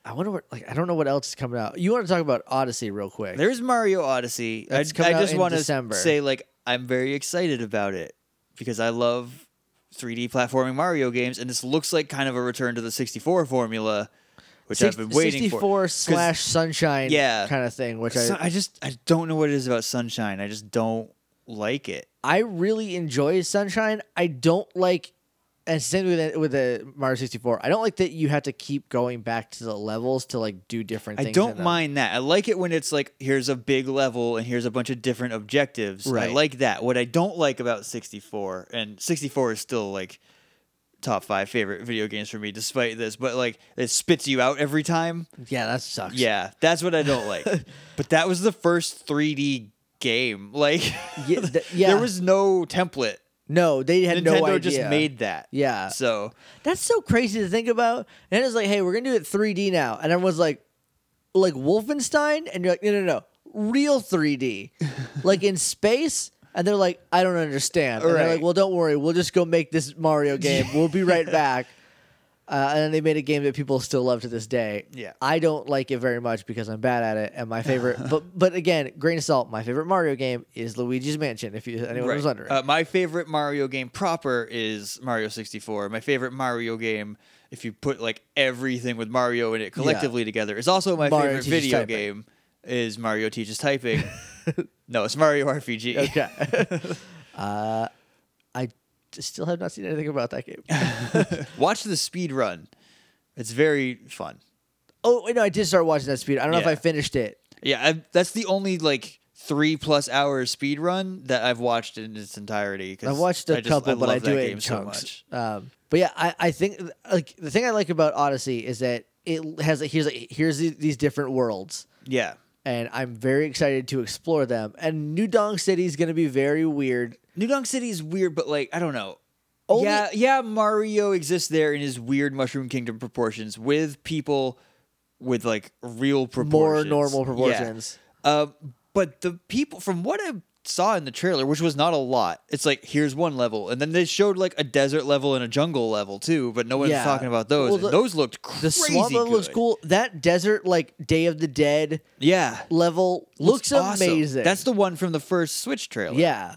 Speaker 1: I wonder what like I don't know what else is coming out. You want to talk about Odyssey real quick?
Speaker 2: There's Mario Odyssey. I, I
Speaker 1: That's coming out
Speaker 2: just
Speaker 1: in
Speaker 2: want to
Speaker 1: December.
Speaker 2: say, like, I'm very excited about it because I love 3D platforming Mario games, and this looks like kind of a return to the 64 formula, which
Speaker 1: Six-
Speaker 2: I've been waiting
Speaker 1: 64
Speaker 2: for.
Speaker 1: slash sunshine
Speaker 2: Yeah.
Speaker 1: kind of thing, which
Speaker 2: Sun-
Speaker 1: I
Speaker 2: I just I don't know what it is about Sunshine. I just don't like it.
Speaker 1: I really enjoy Sunshine. I don't like, and same with with the Mario sixty four. I don't like that you have to keep going back to the levels to like do different.
Speaker 2: I
Speaker 1: things in
Speaker 2: don't
Speaker 1: them.
Speaker 2: mind that. I like it when it's like here's a big level and here's a bunch of different objectives.
Speaker 1: Right.
Speaker 2: I like that. What I don't like about 64 and 64 is still like top 5 favorite video games for me despite this, but like it spits you out every time.
Speaker 1: Yeah, that sucks.
Speaker 2: Yeah, that's what I don't like. but that was the first 3D game. Like
Speaker 1: yeah, th- yeah.
Speaker 2: there was no template.
Speaker 1: no. They had
Speaker 2: Nintendo
Speaker 1: no idea.
Speaker 2: just made that.
Speaker 1: Yeah.
Speaker 2: So
Speaker 1: That's so crazy to think about. And it's like, hey, we're gonna do it three D now, and everyone's like, like Wolfenstein, and you're like, no, no, no, real three D, like in space. And they're like, I don't understand. And they're like,
Speaker 2: Right.
Speaker 1: well, don't worry, we'll just go make this Mario game. We'll be right back. Uh, and then they made a game that people still love to this day.
Speaker 2: Yeah.
Speaker 1: I don't like it very much because I'm bad at it. And my favorite, but but again, grain of salt, my favorite Mario game is Luigi's Mansion. If you anyone was
Speaker 2: Right.
Speaker 1: wondering,
Speaker 2: Uh, my favorite Mario game proper is Mario 64. My favorite Mario game, if you put like everything with Mario in it collectively together, is also my
Speaker 1: Mario
Speaker 2: favorite
Speaker 1: Teaches
Speaker 2: video
Speaker 1: Typing.
Speaker 2: game. Is Mario teaches typing? no, it's Mario RPG.
Speaker 1: Okay. uh, I still have not seen anything about that game.
Speaker 2: Watch the speed run. It's very fun.
Speaker 1: oh wait, no, I did start watching that speed. I don't know if
Speaker 2: Yeah.
Speaker 1: I finished it.
Speaker 2: Yeah, I, that's the only like three plus hour speed run that I've watched in its entirety. 'cause
Speaker 1: I've watched a
Speaker 2: I just-
Speaker 1: couple, but
Speaker 2: love
Speaker 1: I do
Speaker 2: that
Speaker 1: it in
Speaker 2: game so
Speaker 1: chunks.
Speaker 2: much.
Speaker 1: Um, but yeah, I, I think like the thing I like about Odyssey is that it has like, here's like, here's the- these different worlds,
Speaker 2: Yeah.
Speaker 1: and I'm very excited to explore them. And New Dong City is going to be very weird.
Speaker 2: New Donk City is weird, but like I don't know.
Speaker 1: Only-
Speaker 2: yeah, yeah, Mario exists there in his weird Mushroom Kingdom proportions with people with like real
Speaker 1: More
Speaker 2: proportions,
Speaker 1: normal
Speaker 2: Yeah.
Speaker 1: proportions.
Speaker 2: Um, but the people, from what I saw in the trailer, which was not a lot, it's like here's one level, and then they showed like a desert level and a jungle level too. But no one's
Speaker 1: Yeah.
Speaker 2: talking about those.
Speaker 1: Well,
Speaker 2: and
Speaker 1: the-
Speaker 2: those looked crazy.
Speaker 1: The swamp level looks
Speaker 2: good.
Speaker 1: cool. That desert like Day of the Dead
Speaker 2: Yeah,
Speaker 1: level looks,
Speaker 2: awesome.
Speaker 1: amazing.
Speaker 2: That's the one from the first Switch trailer.
Speaker 1: yeah.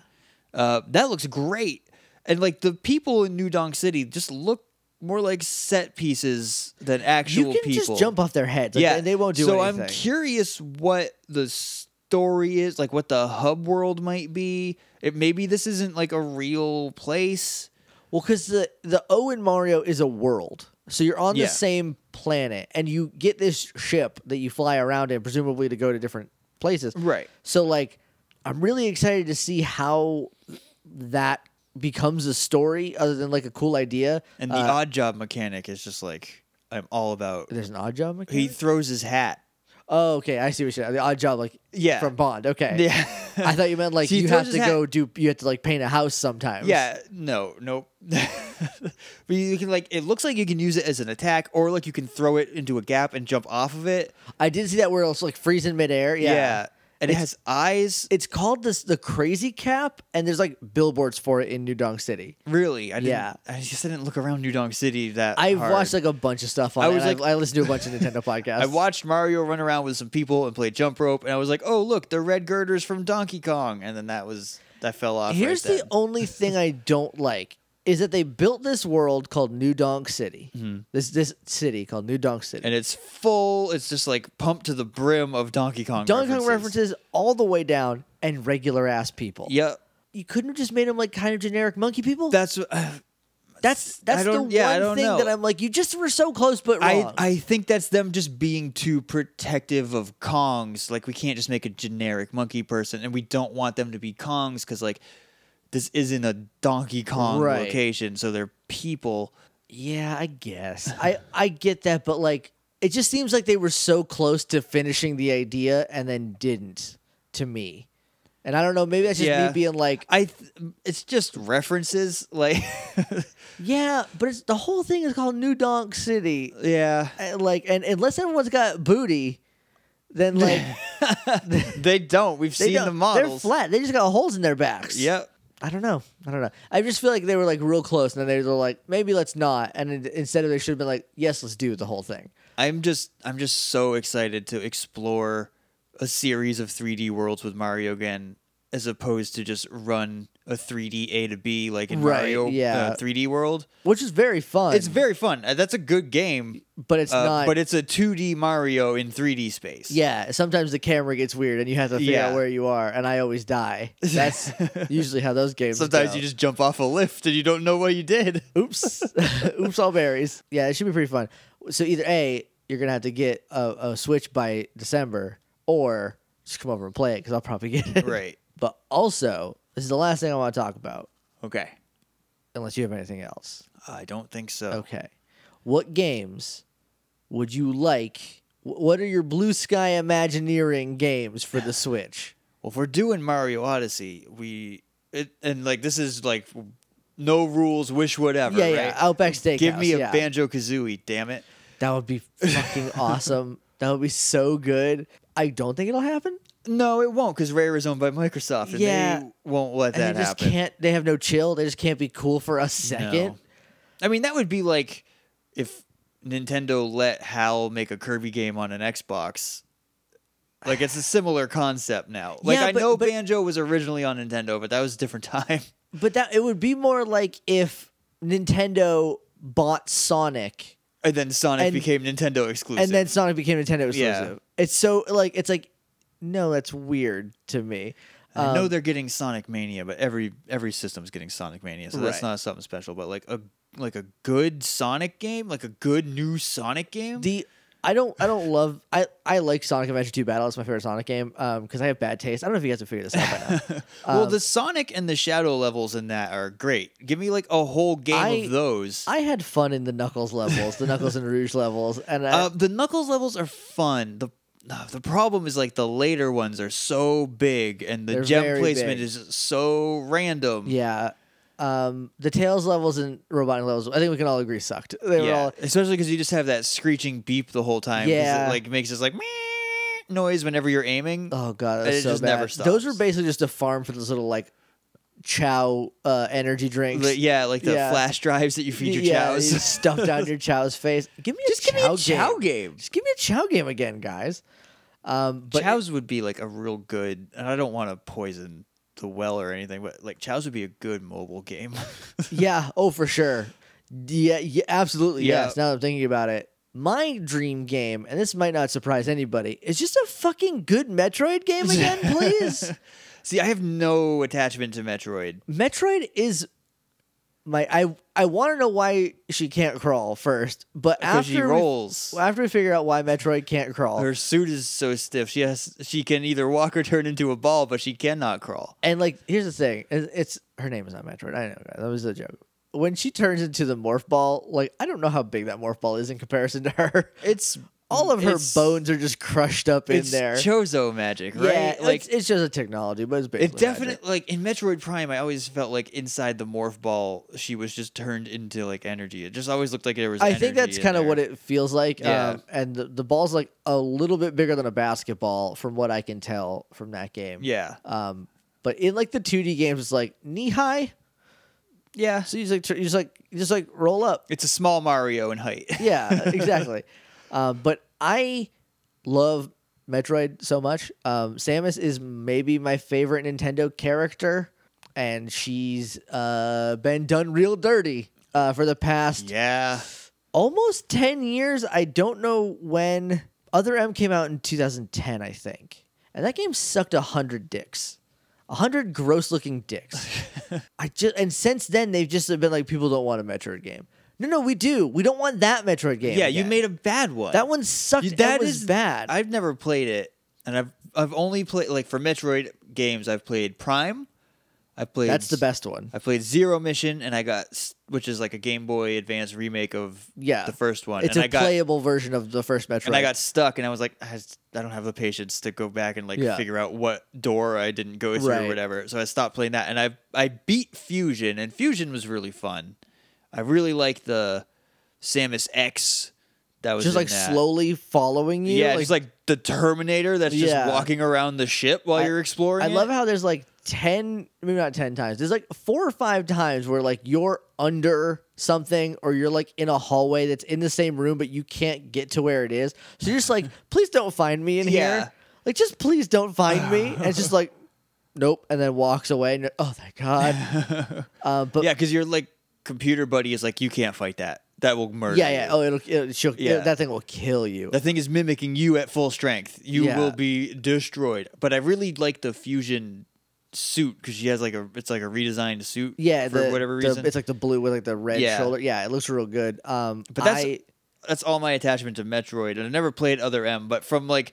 Speaker 2: Uh, that looks great. And like the people in New Donk City just look more like set pieces than actual
Speaker 1: You can
Speaker 2: people.
Speaker 1: just jump off their heads. Like,
Speaker 2: yeah,
Speaker 1: they, they won't do
Speaker 2: so
Speaker 1: anything.
Speaker 2: I'm curious what the story is, like what the hub world might be. It maybe this isn't like a real place.
Speaker 1: Well, because the the O in Mario is a world, so you're on
Speaker 2: Yeah.
Speaker 1: the same planet, and you get this ship that you fly around in, presumably to go to different places.
Speaker 2: Right.
Speaker 1: So, like, I'm really excited to see how that becomes a story, other than like a cool idea.
Speaker 2: And the
Speaker 1: Uh,
Speaker 2: odd job mechanic is just like I'm all about.
Speaker 1: there's an odd job.
Speaker 2: He
Speaker 1: Mechanic?
Speaker 2: throws his hat.
Speaker 1: oh, okay, I see what you're. The odd job, like
Speaker 2: Yeah.
Speaker 1: from Bond. Okay.
Speaker 2: Yeah.
Speaker 1: I thought you meant like
Speaker 2: So he
Speaker 1: you
Speaker 2: throws
Speaker 1: have
Speaker 2: his
Speaker 1: to
Speaker 2: hat.
Speaker 1: go do you have to like paint a house sometimes.
Speaker 2: Yeah, no, nope. but you can like it looks like you can use it as an attack, or like you can throw it into a gap and jump off of it.
Speaker 1: I did see that where it's like freeze in midair.
Speaker 2: Yeah,
Speaker 1: yeah.
Speaker 2: and it has eyes.
Speaker 1: it's called this the crazy cap and there's like billboards for it in new dong city
Speaker 2: Really, I didn't,
Speaker 1: Yeah.
Speaker 2: I just didn't look around New Dong City that.
Speaker 1: i've
Speaker 2: hard.
Speaker 1: watched like a bunch of stuff on
Speaker 2: I
Speaker 1: it,
Speaker 2: was
Speaker 1: and I've-
Speaker 2: like-
Speaker 1: i listened to a bunch of nintendo podcasts
Speaker 2: I watched Mario run around with some people and play jump rope, and I was like, "Oh, look, the red girders from Donkey Kong," and then that was that fell off.
Speaker 1: here's
Speaker 2: right
Speaker 1: the only thing i don't like is that they built this world called new dong city this this city called new dong city
Speaker 2: and it's full. It's just like pumped to the brim of Donkey Kong.
Speaker 1: donkey kong references all the way down and regular ass people
Speaker 2: Yep,
Speaker 1: you couldn't have just made them like kind of generic monkey people
Speaker 2: that's. Uh,
Speaker 1: that's
Speaker 2: I
Speaker 1: that's the
Speaker 2: don't-
Speaker 1: one
Speaker 2: yeah, I don't
Speaker 1: thing
Speaker 2: know.
Speaker 1: that i'm like you just were so close but
Speaker 2: I,
Speaker 1: wrong
Speaker 2: I think that's them just being too protective of Kongs. Like we can't just make a generic monkey person, and we don't want them to be Kongs because like this isn't a Donkey Kong
Speaker 1: Right.
Speaker 2: location, so they're people.
Speaker 1: Yeah, I guess. I I get that, but like it just seems like they were so close to finishing the idea and then didn't to me. And I don't know, maybe that's just
Speaker 2: Yeah.
Speaker 1: me being like,
Speaker 2: I th- it's just references, like
Speaker 1: yeah, but it's the whole thing is called New Donk City.
Speaker 2: yeah.
Speaker 1: And, like and unless everyone's got booty, then like
Speaker 2: they don't. We've
Speaker 1: they
Speaker 2: seen
Speaker 1: don't,
Speaker 2: the models.
Speaker 1: they're flat. They just got holes in their backs.
Speaker 2: Yep.
Speaker 1: I don't know. I don't know. I just feel like they were like real close and then they were like maybe let's not and in- instead of they should have been like yes, let's do the whole thing.
Speaker 2: I'm just I'm just so excited to explore a series of 3D worlds with Mario again, as opposed to just run a 3D A to B like in
Speaker 1: Right,
Speaker 2: Mario
Speaker 1: yeah.
Speaker 2: uh, 3D World.
Speaker 1: Which is very fun.
Speaker 2: It's very fun. Uh, That's a good game,
Speaker 1: but it's
Speaker 2: uh,
Speaker 1: not
Speaker 2: but it's a 2D Mario in 3D space.
Speaker 1: Yeah, sometimes the camera gets weird and you have to figure
Speaker 2: Yeah.
Speaker 1: out where you are, and I always die. That's usually how those games.
Speaker 2: Sometimes
Speaker 1: go.
Speaker 2: you just jump off a lift and you don't know what you did.
Speaker 1: oops, oops, all berries. Yeah, it should be pretty fun. So either a you're gonna have to get a, a Switch by December, or just come over and play it because I'll probably get it.
Speaker 2: Right.
Speaker 1: But also, this is the last thing I want to talk about,
Speaker 2: Okay.
Speaker 1: unless you have anything else.
Speaker 2: I don't think so.
Speaker 1: Okay, what games would you like? wh- What are your blue sky Imagineering games for the Switch?
Speaker 2: Well, if we're doing Mario Odyssey, we it, and like this is like no rules, wish whatever.
Speaker 1: yeah, yeah,
Speaker 2: right?
Speaker 1: Outback Steakhouse.
Speaker 2: Give me a
Speaker 1: yeah.
Speaker 2: banjo kazooie, damn it.
Speaker 1: That would be fucking awesome. That would be so good. I don't think it'll happen.
Speaker 2: No, it won't because Rare is owned by Microsoft and
Speaker 1: Yeah.
Speaker 2: they won't let
Speaker 1: And
Speaker 2: that
Speaker 1: they just
Speaker 2: happen.
Speaker 1: can't. They have no chill. They just can't be cool for a
Speaker 2: No.
Speaker 1: second.
Speaker 2: I mean, that would be like if Nintendo let Hal make a Kirby game on an Xbox. Like it's a similar concept now. Like
Speaker 1: Yeah,
Speaker 2: I
Speaker 1: but-
Speaker 2: know
Speaker 1: but-
Speaker 2: Banjo was originally on Nintendo, but that was a different time.
Speaker 1: But that it would be more like if Nintendo bought Sonic
Speaker 2: And then Sonic
Speaker 1: And-
Speaker 2: became Nintendo exclusive.
Speaker 1: and then Sonic became Nintendo exclusive.
Speaker 2: Yeah.
Speaker 1: It's so like it's like no, that's weird to me.
Speaker 2: I know
Speaker 1: Um,
Speaker 2: they're getting Sonic Mania, but every every system's getting Sonic Mania, so that's
Speaker 1: Right.
Speaker 2: not something special. But like a like a good Sonic game, like a good new Sonic game.
Speaker 1: the I don't I don't love I, I like Sonic Adventure 2 Battle. It's my favorite Sonic game because I have bad taste. I don't know if you guys have figured this out by now.
Speaker 2: well,
Speaker 1: Um,
Speaker 2: the Sonic and the Shadow levels in that are great. Give me like a whole game
Speaker 1: I-
Speaker 2: of those.
Speaker 1: I had fun in the Knuckles levels, the Knuckles and Rouge levels, and I,
Speaker 2: uh, the Knuckles levels are fun. The uh, the problem is like the later ones are so big and the
Speaker 1: They're
Speaker 2: gem
Speaker 1: very
Speaker 2: placement
Speaker 1: big.
Speaker 2: is so random.
Speaker 1: yeah, um, the Tails levels and Robotnik levels. I think we can all agree sucked. They were
Speaker 2: Yeah,
Speaker 1: all
Speaker 2: especially because you just have that screeching beep the whole time. 'cause
Speaker 1: Yeah.
Speaker 2: it like makes this like meh noise whenever you're aiming.
Speaker 1: Oh god,
Speaker 2: And
Speaker 1: that's
Speaker 2: it
Speaker 1: so
Speaker 2: just
Speaker 1: bad.
Speaker 2: never
Speaker 1: Those were
Speaker 2: stops.
Speaker 1: basically just a farm for those little like chow uh, energy drinks.
Speaker 2: Like, yeah, like the
Speaker 1: Yeah.
Speaker 2: flash drives that you feed your
Speaker 1: yeah,
Speaker 2: chows.
Speaker 1: you stuff down your chow's face. Give me a
Speaker 2: just
Speaker 1: chow
Speaker 2: give me a chow
Speaker 1: game.
Speaker 2: game.
Speaker 1: Just give me a chow game again, guys. Um, but
Speaker 2: But chows would be like a real good, and I don't want to poison the well or anything, but like chows would be a good mobile game.
Speaker 1: yeah, oh for sure. Yeah, yeah absolutely.
Speaker 2: Yeah.
Speaker 1: Yes. Now that I'm thinking about it, my dream game, and this might not surprise anybody, is just a fucking good Metroid game again, please.
Speaker 2: See, I have no attachment to Metroid.
Speaker 1: Metroid is my I I want to know why she can't crawl first, but
Speaker 2: Because
Speaker 1: after
Speaker 2: she
Speaker 1: we-
Speaker 2: rolls.
Speaker 1: well, after we figure out why Metroid can't crawl,
Speaker 2: Her suit is so stiff. She has she can either walk or turn into a ball, but she cannot crawl.
Speaker 1: and like here's the thing, it- it's her name is not Metroid. I know guys, that was a joke. When she turns into the morph ball, like I don't know how big that morph ball is in comparison to her.
Speaker 2: It's
Speaker 1: All of her
Speaker 2: it's-
Speaker 1: bones are just crushed up in
Speaker 2: It's
Speaker 1: there.
Speaker 2: Chozo magic, right?
Speaker 1: Yeah,
Speaker 2: like
Speaker 1: it's, it's just a technology, but it's
Speaker 2: It
Speaker 1: basically magic.
Speaker 2: definitely like in Metroid Prime, I always felt like inside the morph ball, she was just turned into like energy. It just always looked like there was.
Speaker 1: I think that's kind of what it feels like.
Speaker 2: Yeah.
Speaker 1: Um, and the, the ball's like a little bit bigger than a basketball, from what I can tell from that game.
Speaker 2: Yeah,
Speaker 1: Um, but in like the 2D games, it's like knee high.
Speaker 2: yeah.
Speaker 1: So you just like tr- you just like you just like roll up.
Speaker 2: It's a small Mario in height.
Speaker 1: Yeah, exactly. um, but I love Metroid so much. Um, Samus is maybe my favorite Nintendo character, and she's uh, been done real dirty uh, for the past
Speaker 2: yeah,
Speaker 1: almost 10 years. I don't know when Other M came out in 2010, I think. And that game sucked 100 dicks. 100 gross looking dicks. I just and since then they've just been like people don't want a Metroid game. No, no, we do. We don't want that Metroid game.
Speaker 2: yeah. You
Speaker 1: again.
Speaker 2: made a bad one.
Speaker 1: that one sucked.
Speaker 2: You-
Speaker 1: and
Speaker 2: that
Speaker 1: was
Speaker 2: is-
Speaker 1: bad.
Speaker 2: I've never played it, and I've I've only played like for Metroid games. I've played Prime. I played.
Speaker 1: That's the best one.
Speaker 2: I played Zero Mission, and I got s- which is like a Game Boy Advance remake of
Speaker 1: Yeah.
Speaker 2: the first one.
Speaker 1: It's
Speaker 2: and
Speaker 1: a
Speaker 2: I got
Speaker 1: playable version of the first Metroid.
Speaker 2: and I got stuck, and I was like, I, just- I don't have the patience to go back and like
Speaker 1: Yeah.
Speaker 2: figure out what door I didn't go through
Speaker 1: Right.
Speaker 2: or whatever. So I stopped playing that, and I I beat Fusion, and Fusion was really fun. I really liked the Samus X. That was
Speaker 1: just
Speaker 2: in
Speaker 1: like
Speaker 2: that.
Speaker 1: slowly following you.
Speaker 2: Yeah, just like the Terminator that's
Speaker 1: Yeah.
Speaker 2: just walking around the ship while
Speaker 1: I-
Speaker 2: you're exploring.
Speaker 1: I love
Speaker 2: it.
Speaker 1: how there's like 10, maybe not 10 times. There's like four or five times where like you're under something or you're like in a hallway that's in the same room, but you can't get to where it is. So you're just like, please don't find me in
Speaker 2: Yeah.
Speaker 1: here. Like, just please don't find me. And it's just like, nope. And then walks away. And you're- oh, thank God. uh, but yeah,
Speaker 2: yeah, because your like computer buddy is like, you can't fight that. That will murder.
Speaker 1: yeah.
Speaker 2: you."
Speaker 1: Oh, it'll, it'll, she'll,
Speaker 2: Yeah.
Speaker 1: that thing will kill you.
Speaker 2: The thing is mimicking you at full strength. You
Speaker 1: Yeah.
Speaker 2: will be destroyed. But I really like the fusion suit because she has like a it's like a redesigned suit.
Speaker 1: yeah.
Speaker 2: for
Speaker 1: the-
Speaker 2: whatever
Speaker 1: the-
Speaker 2: reason.
Speaker 1: it's like the blue with like the red
Speaker 2: Yeah.
Speaker 1: shoulder. Yeah. It looks real good. Um,
Speaker 2: but that's
Speaker 1: I-
Speaker 2: that's all my attachment to Metroid, and I never played other M. But from like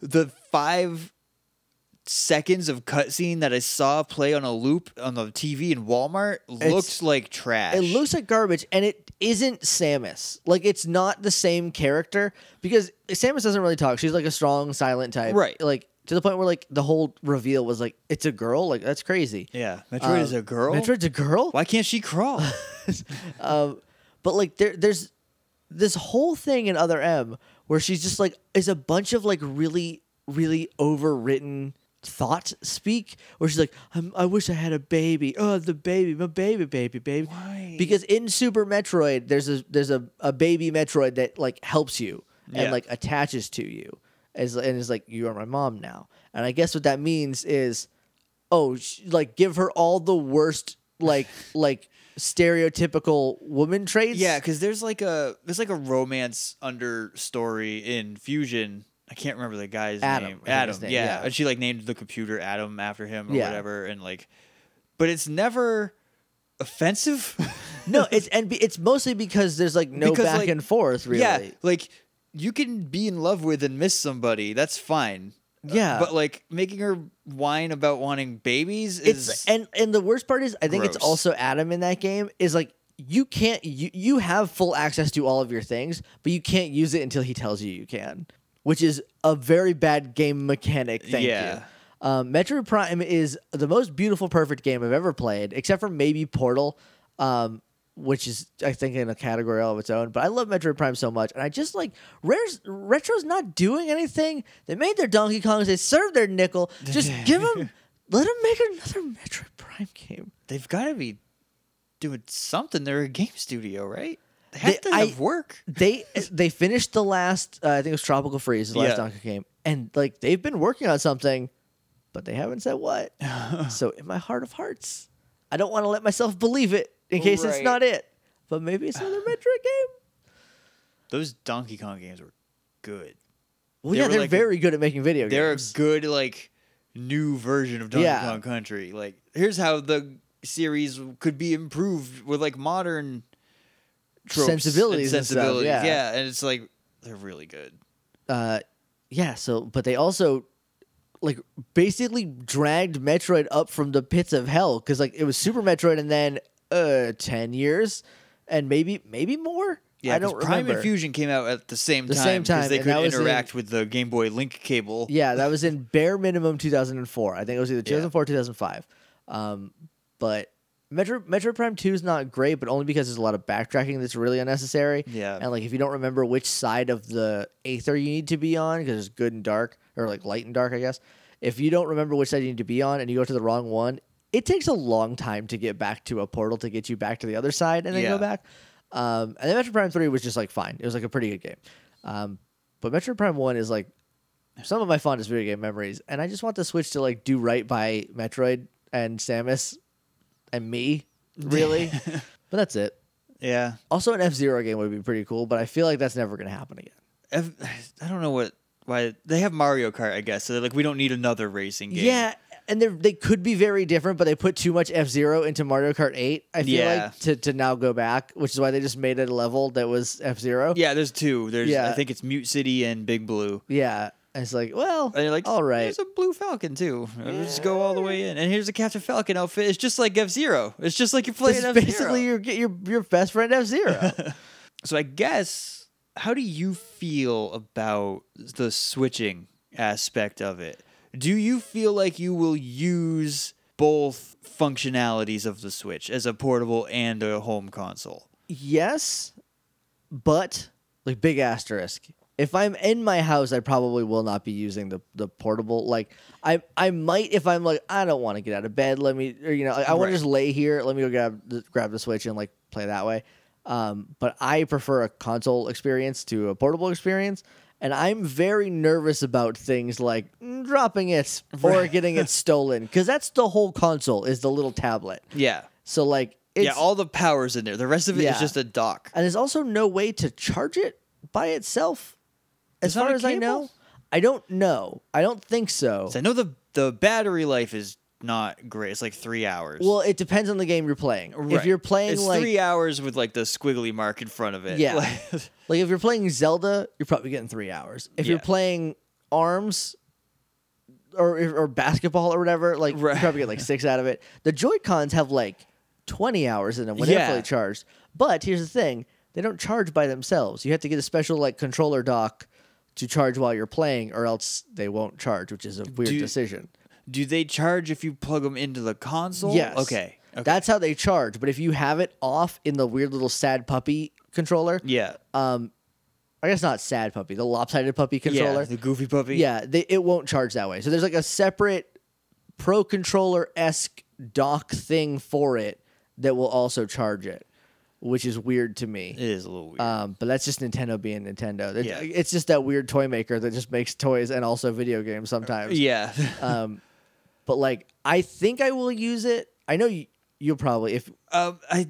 Speaker 2: the five seconds of cutscene that I saw play on a loop on the TV in Walmart looked like trash.
Speaker 1: It looks like garbage, and it isn't Samus. Like it's not the same character because Samus doesn't really talk. She's like a strong, silent type,
Speaker 2: Right.
Speaker 1: Like to the point where like the whole reveal was like, "It's a girl." Like that's crazy.
Speaker 2: yeah. Metroid is
Speaker 1: Um,
Speaker 2: a girl.
Speaker 1: Metroid's a girl.
Speaker 2: Why can't she crawl?
Speaker 1: Um, but like there, there's this whole thing in Other M where she's just like is a bunch of like really, really overwritten thought speak where she's like, I'm, I wish I had a baby. Oh, the baby, my baby, baby, baby.
Speaker 2: Why?
Speaker 1: Because in Super Metroid, there's a there's a, a baby Metroid that like helps you and
Speaker 2: Yeah.
Speaker 1: like attaches to you, as and is like you are my mom now. And I guess what that means is oh sh- like give her all the worst like like stereotypical woman traits
Speaker 2: Yeah, because there's like a there's like a romance understory in Fusion. I can't remember the guy's
Speaker 1: Adam, I
Speaker 2: name.
Speaker 1: think
Speaker 2: Adam.
Speaker 1: his name,
Speaker 2: yeah.
Speaker 1: yeah.
Speaker 2: and she like named the computer Adam after him or
Speaker 1: Yeah.
Speaker 2: whatever, and like, but it's never offensive.
Speaker 1: no it's and be, it's mostly because there's like no
Speaker 2: Because,
Speaker 1: back
Speaker 2: like-
Speaker 1: and forth really
Speaker 2: yeah, like you can be in love with and miss somebody. That's fine. Uh,
Speaker 1: Yeah.
Speaker 2: but like making her whine about wanting babies is
Speaker 1: It's and and the worst part is I think it's
Speaker 2: gross.
Speaker 1: also Adam in that game is like you can't you you have full access to all of your things, but you can't use it until he tells you you can, which is a very bad game mechanic. Thank
Speaker 2: Yeah.
Speaker 1: you. Um, Metroid Prime is the most beautiful, perfect game I've ever played, except for maybe Portal, um, which is I think in a category all of its own. But I love Metroid Prime so much, and I just like Rare's Retro's not doing anything. They made their Donkey Kongs, they served their nickel. Just give them, let them make another Metroid Prime game.
Speaker 2: they've got to be doing something. They're a game studio, right? They have
Speaker 1: They-
Speaker 2: to
Speaker 1: I-
Speaker 2: have work.
Speaker 1: They they finished the last uh, I think it was Tropical Freeze, the last
Speaker 2: Yeah.
Speaker 1: Donkey game, and like they've been working on something, but they haven't said what. so in my heart of hearts, I don't want to let myself believe it in case it's
Speaker 2: Right.
Speaker 1: not it. But maybe it's another Metroid game.
Speaker 2: Those Donkey Kong games were good.
Speaker 1: Well,
Speaker 2: They
Speaker 1: yeah,
Speaker 2: were
Speaker 1: they're
Speaker 2: like a-
Speaker 1: very good at making video
Speaker 2: They're a
Speaker 1: games.
Speaker 2: good like new version of Donkey
Speaker 1: Yeah.
Speaker 2: Kong Country. Like here's how the series could be improved with like modern tropes and
Speaker 1: Sensibilities and stuff,
Speaker 2: sensibilities.
Speaker 1: yeah.
Speaker 2: yeah, and it's like they're really good.
Speaker 1: uh, yeah. So, but they also like basically dragged Metroid up from the pits of hell because like it was Super Metroid and then uh ten years and maybe maybe more.
Speaker 2: Yeah,
Speaker 1: I
Speaker 2: 'cause
Speaker 1: don't
Speaker 2: Prime
Speaker 1: remember.
Speaker 2: and Fusion came out at the same
Speaker 1: The
Speaker 2: time.
Speaker 1: same
Speaker 2: 'cause
Speaker 1: time,
Speaker 2: they
Speaker 1: and
Speaker 2: could
Speaker 1: that was in-
Speaker 2: interact with the Game Boy Link cable.
Speaker 1: Yeah, that was in bare minimum 2004. I think it was either 2004 or 2005. Um, but Metro Metro Prime 2 is not great, but only because there's a lot of backtracking that's really unnecessary.
Speaker 2: Yeah.
Speaker 1: And like if you don't remember which side of the aether you need to be on because it's good and dark or like light and dark, I guess. If you don't remember which side you need to be on and you go to the wrong one, it takes a long time to get back to a portal to get you back to the other side and then go
Speaker 2: Yeah.
Speaker 1: back. Um, and then Metro Prime 3 was just like fine. It was like a pretty good game. Um, but Metro Prime 1 is like some of my fondest video game memories, and I just want the Switch to like do right by Metroid and Samus and me, really. but that's it.
Speaker 2: Yeah.
Speaker 1: Also, an F Zero game would be pretty cool, but I feel like that's never gonna happen again.
Speaker 2: Ev- I don't know what why they have Mario Kart, I guess. So they're like we don't need another racing game.
Speaker 1: Yeah, and they they could be very different, but they put too much F Zero into Mario Kart Eight. I feel
Speaker 2: Yeah.
Speaker 1: like to to now go back, which is why they just made it a level that was F Zero.
Speaker 2: Yeah, there's two. There's
Speaker 1: Yeah.
Speaker 2: I think it's Mute City and Big Blue.
Speaker 1: yeah. And it's like, well,
Speaker 2: And you're like,
Speaker 1: all right.
Speaker 2: There's a blue falcon too. Just go all the way in. And here's a Captain Falcon outfit. It's just like F Zero. It's just like you're
Speaker 1: This
Speaker 2: playing
Speaker 1: is
Speaker 2: F
Speaker 1: basically your
Speaker 2: Zero.
Speaker 1: your your best friend F Zero.
Speaker 2: So I guess how do you feel about the switching aspect of it? Do you feel like you will use both functionalities of the Switch as a portable and a home console?
Speaker 1: yes, but like big asterisk. If I'm in my house, I probably will not be using the, the portable. Like I I might if I'm like I don't want to get out of bed. Let me or, you know I, want
Speaker 2: Right.
Speaker 1: to just lay here. Let me go grab the, grab the switch and like play that way. Um, but I prefer a console experience to a portable experience, and I'm very nervous about things like dropping it or getting it stolen because that's the whole console is the little tablet.
Speaker 2: Yeah.
Speaker 1: So like it's
Speaker 2: yeah, all the power's in there. The rest of it is
Speaker 1: Yeah.
Speaker 2: just a dock.
Speaker 1: and there's also no way to charge it by itself, as
Speaker 2: Is that
Speaker 1: far
Speaker 2: a
Speaker 1: as I know.
Speaker 2: cable?
Speaker 1: I don't know. I don't think so.
Speaker 2: 'Cause I know the the battery life is not great. It's like three hours.
Speaker 1: Well, it depends on the game you're playing. If
Speaker 2: Right.
Speaker 1: you're playing
Speaker 2: it's
Speaker 1: like
Speaker 2: three hours with like the squiggly mark in front of it.
Speaker 1: Yeah.
Speaker 2: Like-
Speaker 1: like if you're playing Zelda, you're probably getting three hours. If you're
Speaker 2: Yeah.
Speaker 1: playing Arms or or basketball or whatever, like you
Speaker 2: Right.
Speaker 1: probably get like six out of it. The Joy Cons have like twenty hours in them when they're
Speaker 2: Yeah.
Speaker 1: fully charged. But here's the thing: they don't charge by themselves. You have to get a special like controller dock to charge while you're playing, or else they won't charge, which is a weird
Speaker 2: Do-
Speaker 1: decision.
Speaker 2: do they charge if you plug them into the console?
Speaker 1: Yes.
Speaker 2: Okay. okay.
Speaker 1: That's how they charge. But if you have it off in the weird little sad puppy controller,
Speaker 2: yeah.
Speaker 1: I guess not sad puppy, the lopsided puppy controller.
Speaker 2: Yeah, the Goofy Puppy.
Speaker 1: Yeah, they, it won't charge that way. So there's like a separate pro controller esque dock thing for it that will also charge it, which is weird to me.
Speaker 2: It is a little weird.
Speaker 1: Um, but that's just Nintendo being Nintendo. It-
Speaker 2: Yeah.
Speaker 1: It's just that weird toy maker that just makes toys and also video games sometimes.
Speaker 2: yeah.
Speaker 1: uh, But like, I think I will use it. I know you, you'll probably if
Speaker 2: um, I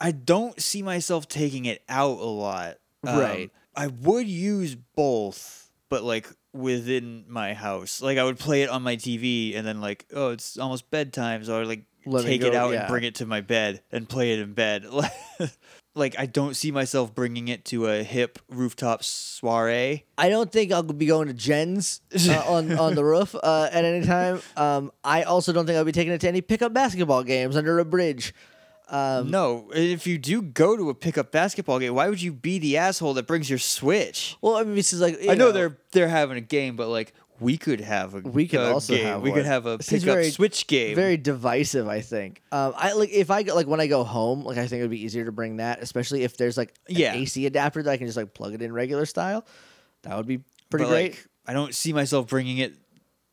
Speaker 2: I don't see myself taking it out a lot. Um,
Speaker 1: Right.
Speaker 2: I would use both, but like within my house. Like I would play it on my TV and then like, oh, it's almost bedtime, so I would like
Speaker 1: Let me
Speaker 2: take
Speaker 1: go-
Speaker 2: it out
Speaker 1: yeah.
Speaker 2: and bring it to my bed and play it in bed. Like like I don't see myself bringing it to a hip rooftop soiree.
Speaker 1: I don't think I'll be going to Jen's uh, on on the roof uh, at any time. Um, I also don't think I'll be taking it to any pickup basketball games under a bridge. Um,
Speaker 2: no, if you do go to a pickup basketball game, why would you be the asshole that brings your Switch?
Speaker 1: well, I mean, this is like you
Speaker 2: I know, they're they're having a game, but like we could have a
Speaker 1: We could
Speaker 2: a
Speaker 1: also
Speaker 2: game.
Speaker 1: have
Speaker 2: we
Speaker 1: one.
Speaker 2: could have a
Speaker 1: This is
Speaker 2: pickup
Speaker 1: very-
Speaker 2: Switch game.
Speaker 1: very divisive. I think. Um, I like if I go- like when I go home, like I think it would be easier to bring that, especially if there's like an
Speaker 2: Yeah.
Speaker 1: AC adapter that I can just like plug it in regular style. That would be pretty
Speaker 2: but,
Speaker 1: great.
Speaker 2: Like, I don't see myself bringing it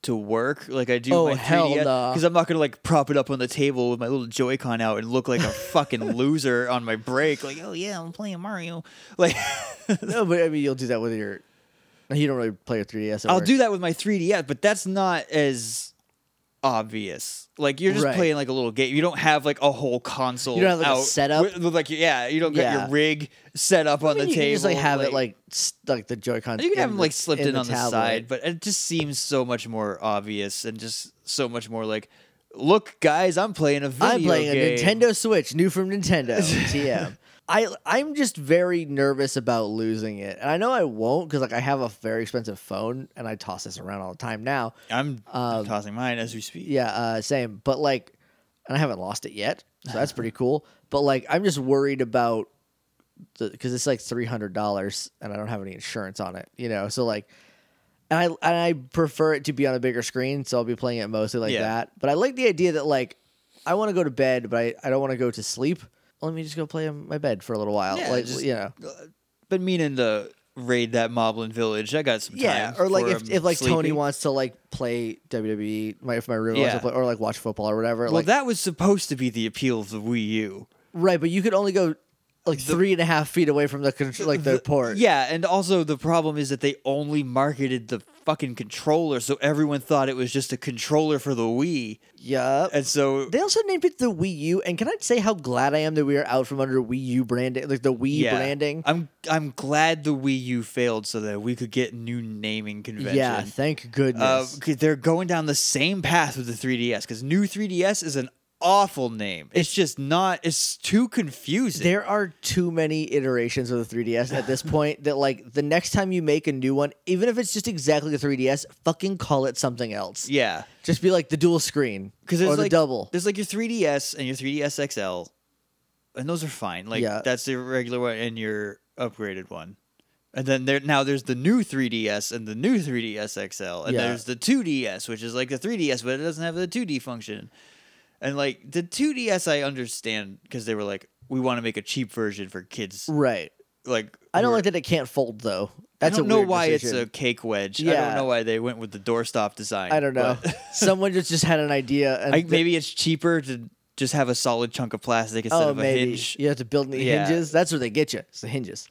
Speaker 2: to work like I do.
Speaker 1: Oh,
Speaker 2: my
Speaker 1: hell nah.
Speaker 2: Because I'm not gonna like prop it up on the table with my little Joy-Con out and look like a fucking loser on my break. Like, oh yeah, I'm playing Mario. Like,
Speaker 1: no, but I mean, you'll do that with your. You don't really play a 3ds. at
Speaker 2: I'll
Speaker 1: work.
Speaker 2: do that with my 3DS, but that's not as obvious. Like you're just
Speaker 1: Right.
Speaker 2: playing like a little game. You don't have like a whole console.
Speaker 1: You don't have, like, a
Speaker 2: out
Speaker 1: setup?
Speaker 2: With, with, like yeah, you don't get
Speaker 1: Yeah.
Speaker 2: your rig set up on
Speaker 1: I mean,
Speaker 2: the
Speaker 1: you
Speaker 2: table.
Speaker 1: can just like have it like s- like the Joy-Con.
Speaker 2: You can have them like
Speaker 1: slipped
Speaker 2: slipped in, on the side, but it just seems so much more obvious and just so much more like, look, guys, I'm playing a video
Speaker 1: I'm playing
Speaker 2: game.
Speaker 1: a Nintendo Switch, new from Nintendo. TM. I I'm just very nervous about losing it, and I know I won't because like I have a very expensive phone, and I toss this around all the time now.
Speaker 2: I'm
Speaker 1: Um,
Speaker 2: tossing mine as we speak.
Speaker 1: Yeah, uh, same. But like, and I haven't lost it yet, so that's pretty cool. But like, I'm just worried about the because it's like three hundred dollars, and I don't have any insurance on it. You know, so like, and I and I prefer it to be on a bigger screen, so I'll be playing it mostly like
Speaker 2: Yeah.
Speaker 1: that. But I like the idea that like I want to go to bed, but I, I don't want to go to sleep. Let me just go play on my bed for a little while.
Speaker 2: Yeah,
Speaker 1: like
Speaker 2: just-
Speaker 1: you know,
Speaker 2: Been meaning to raid that Moblin village. I got some
Speaker 1: yeah.
Speaker 2: time.
Speaker 1: Or like
Speaker 2: before
Speaker 1: if,
Speaker 2: I'm
Speaker 1: if like Tony
Speaker 2: sleepy.
Speaker 1: wants to like play WWE, my if my roommate wants to
Speaker 2: Yeah.
Speaker 1: play or like watch football or whatever.
Speaker 2: Well,
Speaker 1: like,
Speaker 2: that was supposed to be the appeal of the Wii U.
Speaker 1: Right, but you could only go like three and a half feet away from the contr- like the, port.
Speaker 2: Yeah, and also the problem is that they only marketed the fucking controller, so everyone thought it was just a controller for the Wii.
Speaker 1: Yup.
Speaker 2: And so
Speaker 1: They also named it the Wii U, and can I say how glad I am that we are out from under Wii U branding, like the Wii branding?
Speaker 2: I'm I'm glad the Wii U failed so that we could get new naming convention.
Speaker 1: Yeah, thank
Speaker 2: Uh,
Speaker 1: goodness.
Speaker 2: 'cause they're going down the same path with the 3DS because new 3DS is an awful name. It's just not. It's too confusing.
Speaker 1: there are too many iterations of the 3DS at this point that like the next time you make a new one, even if it's just exactly the 3DS, fucking call it something else.
Speaker 2: yeah,
Speaker 1: Just be like the dual screen
Speaker 2: because
Speaker 1: or
Speaker 2: there's
Speaker 1: the
Speaker 2: like
Speaker 1: double.
Speaker 2: There's like your 3DS and your 3DS XL, and those are fine. Like
Speaker 1: Yeah.
Speaker 2: that's the regular one and your upgraded one. And then there now there's the new 3DS and the new 3DS XL, and
Speaker 1: Yeah.
Speaker 2: there's the 2DS, which is like the 3DS, but it doesn't have the 2D function. And like the 2DS, I understand because they were like, we want to make a cheap version for kids.
Speaker 1: Right.
Speaker 2: Like
Speaker 1: I don't
Speaker 2: who are-
Speaker 1: like that it can't fold though. That's
Speaker 2: I don't
Speaker 1: a
Speaker 2: know
Speaker 1: weird
Speaker 2: why
Speaker 1: decision.
Speaker 2: it's a cake wedge. I
Speaker 1: Yeah.
Speaker 2: don't know why they went with the doorstop design.
Speaker 1: I don't know.
Speaker 2: but-
Speaker 1: Someone just just had an idea, and
Speaker 2: I,
Speaker 1: th-
Speaker 2: maybe it's cheaper to just have a solid chunk of plastic instead
Speaker 1: oh,
Speaker 2: of a
Speaker 1: maybe
Speaker 2: hinge.
Speaker 1: you have to build new
Speaker 2: Yeah.
Speaker 1: hinges. That's where they get you. It's the hinges.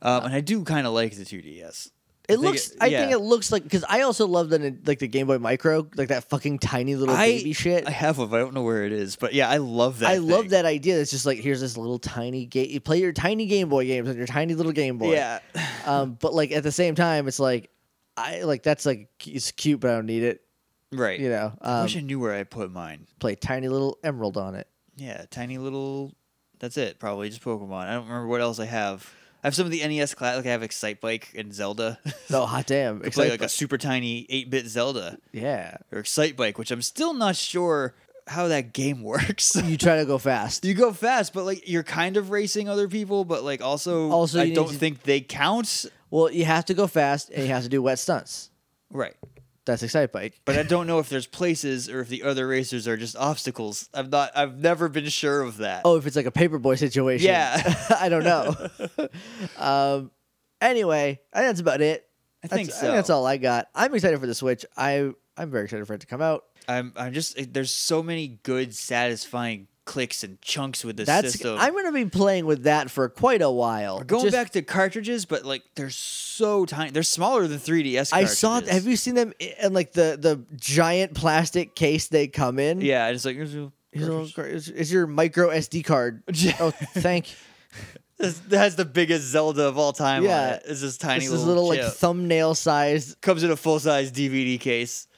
Speaker 2: Um, and I do kind of like the 2DS.
Speaker 1: It looks. I think it looks like because I also love the like the Game Boy Micro, like that fucking tiny little
Speaker 2: I,
Speaker 1: baby shit.
Speaker 2: I
Speaker 1: I,
Speaker 2: have one. I don't know where it is, but yeah, I love that.
Speaker 1: love
Speaker 2: thing.
Speaker 1: that idea. It's just like here's this little tiny game. You play your tiny Game Boy games on your tiny little Game Boy.
Speaker 2: Yeah,
Speaker 1: Um, but like at the same time, it's like I like that's like c- it's cute, but I don't need it.
Speaker 2: right.
Speaker 1: You know,
Speaker 2: I
Speaker 1: um,
Speaker 2: wish I knew where I put mine.
Speaker 1: play tiny little emerald on it.
Speaker 2: Yeah, tiny little. That's it. Probably just Pokemon. I don't remember what else I have. I have some of the NES class. Like I have Excite Bike and Zelda.
Speaker 1: Oh hot damn!
Speaker 2: Play like
Speaker 1: Excitebike.
Speaker 2: a super tiny eight bit Zelda
Speaker 1: yeah,
Speaker 2: or Excite Bike, which I'm still not sure how that game works.
Speaker 1: you try to go fast.
Speaker 2: You go fast, but like you're kind of racing other people, but like also,
Speaker 1: Also, you
Speaker 2: I
Speaker 1: need
Speaker 2: don't
Speaker 1: to-
Speaker 2: think they count.
Speaker 1: Well, you have to go fast and you have to do wet stunts.
Speaker 2: Right.
Speaker 1: That's Excite Bike.
Speaker 2: But I don't know if there's places or if the other racers are just obstacles. I've not I've never been sure of that.
Speaker 1: Oh, if it's like a paperboy situation.
Speaker 2: Yeah.
Speaker 1: I don't know. um, anyway, I think that's about it.
Speaker 2: I
Speaker 1: That's-
Speaker 2: think
Speaker 1: that's
Speaker 2: so.
Speaker 1: all I got. I'm excited for the Switch. I I'm very excited for it to come out.
Speaker 2: I'm I'm just there's so many good satisfying clicks and chunks with this
Speaker 1: That's
Speaker 2: system.
Speaker 1: I'm going to be playing with that for quite a while.
Speaker 2: We're going
Speaker 1: Just-
Speaker 2: back to cartridges, but like they're so tiny. They're smaller than 3DS cartridges.
Speaker 1: I saw. Have you seen them i- in like the the giant plastic case they come in?
Speaker 2: Yeah, and it's like here's a
Speaker 1: Here's a little
Speaker 2: cartridge.
Speaker 1: card- It's, it's your micro SD card. oh, thank.
Speaker 2: This- that has the biggest Zelda of all time yeah.
Speaker 1: Yeah.
Speaker 2: It's this tiny
Speaker 1: This is
Speaker 2: little,
Speaker 1: little like
Speaker 2: chip.
Speaker 1: thumbnail sized
Speaker 2: comes in a full size DVD case.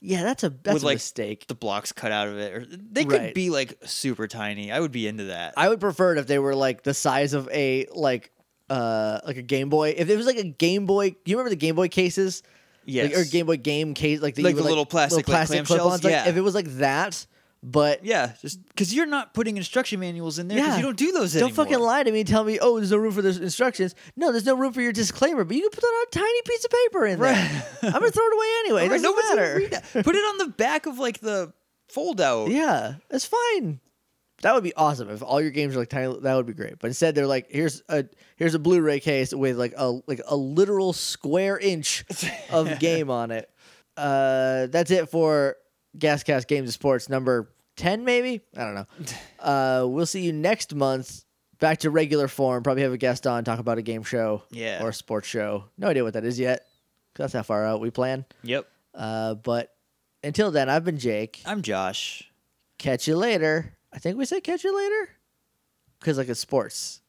Speaker 1: Yeah, that's a that's
Speaker 2: With,
Speaker 1: a
Speaker 2: like,
Speaker 1: mistake.
Speaker 2: The blocks cut out of it, or they could
Speaker 1: Right.
Speaker 2: be like super tiny. I would be into that.
Speaker 1: I would prefer it if they were like the size of a like uh like a Game Boy. If it was like a Game Boy, you remember the Game Boy cases?
Speaker 2: yes,
Speaker 1: Like, or Game Boy game case like the,
Speaker 2: Like the little plastic, like,
Speaker 1: Like,
Speaker 2: clamshells? Yeah.
Speaker 1: If it was like that, but
Speaker 2: yeah, just because Mm. you're not putting instruction manuals in there because
Speaker 1: Yeah.
Speaker 2: you don't do those
Speaker 1: don't
Speaker 2: anymore.
Speaker 1: fucking lie to me and tell me, oh, there's no room for those instructions. No, there's no room for your disclaimer, but you can put that on a tiny piece of paper in
Speaker 2: Right.
Speaker 1: there. I'm gonna throw it away anyway. It doesn't
Speaker 2: Right, nobody's gonna
Speaker 1: matter.
Speaker 2: read that. Put it on the back of like the fold out.
Speaker 1: Yeah, that's fine. That would be awesome if all your games are like tiny. That would be great. But instead, they're like, here's a here's a Blu-ray case with like a like a literal square inch of game on it. Uh, that's it for Gascast Games of Sports number ten, maybe. I don't know. Uh, we'll see you next month. Back to regular form. Probably have a guest on talk about a game show,
Speaker 2: Yeah.
Speaker 1: or a sports show. No idea what that is yet. 'cause That's how far out we plan.
Speaker 2: Yep.
Speaker 1: Uh, but until then, I've been Jake
Speaker 2: I'm Josh.
Speaker 1: catch you later. I think we said catch you later because like it's sports.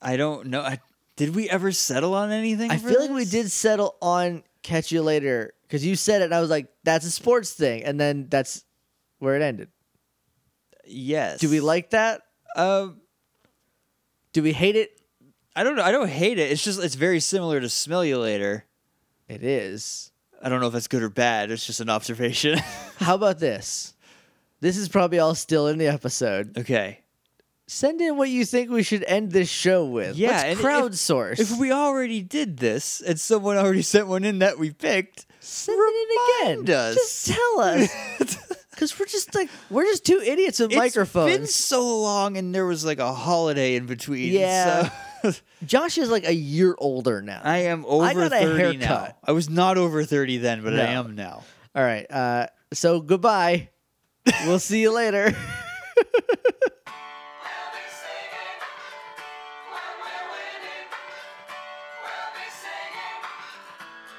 Speaker 2: I don't know. I, did we ever settle on anything?
Speaker 1: I
Speaker 2: for
Speaker 1: feel like we
Speaker 2: this?
Speaker 1: did settle on catch you later because you said it and I was like, that's a sports thing, and then that's where it ended.
Speaker 2: Yes.
Speaker 1: Do we like that?
Speaker 2: Um,
Speaker 1: Do we hate it?
Speaker 2: I don't know. I don't hate it. It's just it's very similar to smell you later.
Speaker 1: It is.
Speaker 2: I don't know if that's good or bad. It's just an observation.
Speaker 1: How about this? This is probably all still in the episode.
Speaker 2: okay.
Speaker 1: Send in what you think we should end this show with.
Speaker 2: Yeah,
Speaker 1: Let's
Speaker 2: and if-
Speaker 1: crowdsource.
Speaker 2: If we already did this and someone already sent one in that we picked,
Speaker 1: send it in
Speaker 2: remind
Speaker 1: again,
Speaker 2: us.
Speaker 1: just tell us because we're just like we're just two idiots with microphones.
Speaker 2: It's been so long, and there was like a holiday in between.
Speaker 1: Yeah.
Speaker 2: so-
Speaker 1: Josh is like a year older now.
Speaker 2: I am over
Speaker 1: I got a
Speaker 2: thirty now.
Speaker 1: haircut.
Speaker 2: I was not over thirty then, but
Speaker 1: No.
Speaker 2: I am now.
Speaker 1: All right. Uh, so goodbye. we'll see you later.
Speaker 3: We'll be singing when we're winning. We'll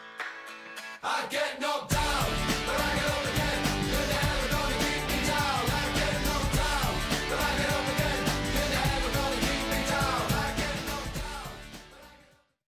Speaker 3: be singing. I get no.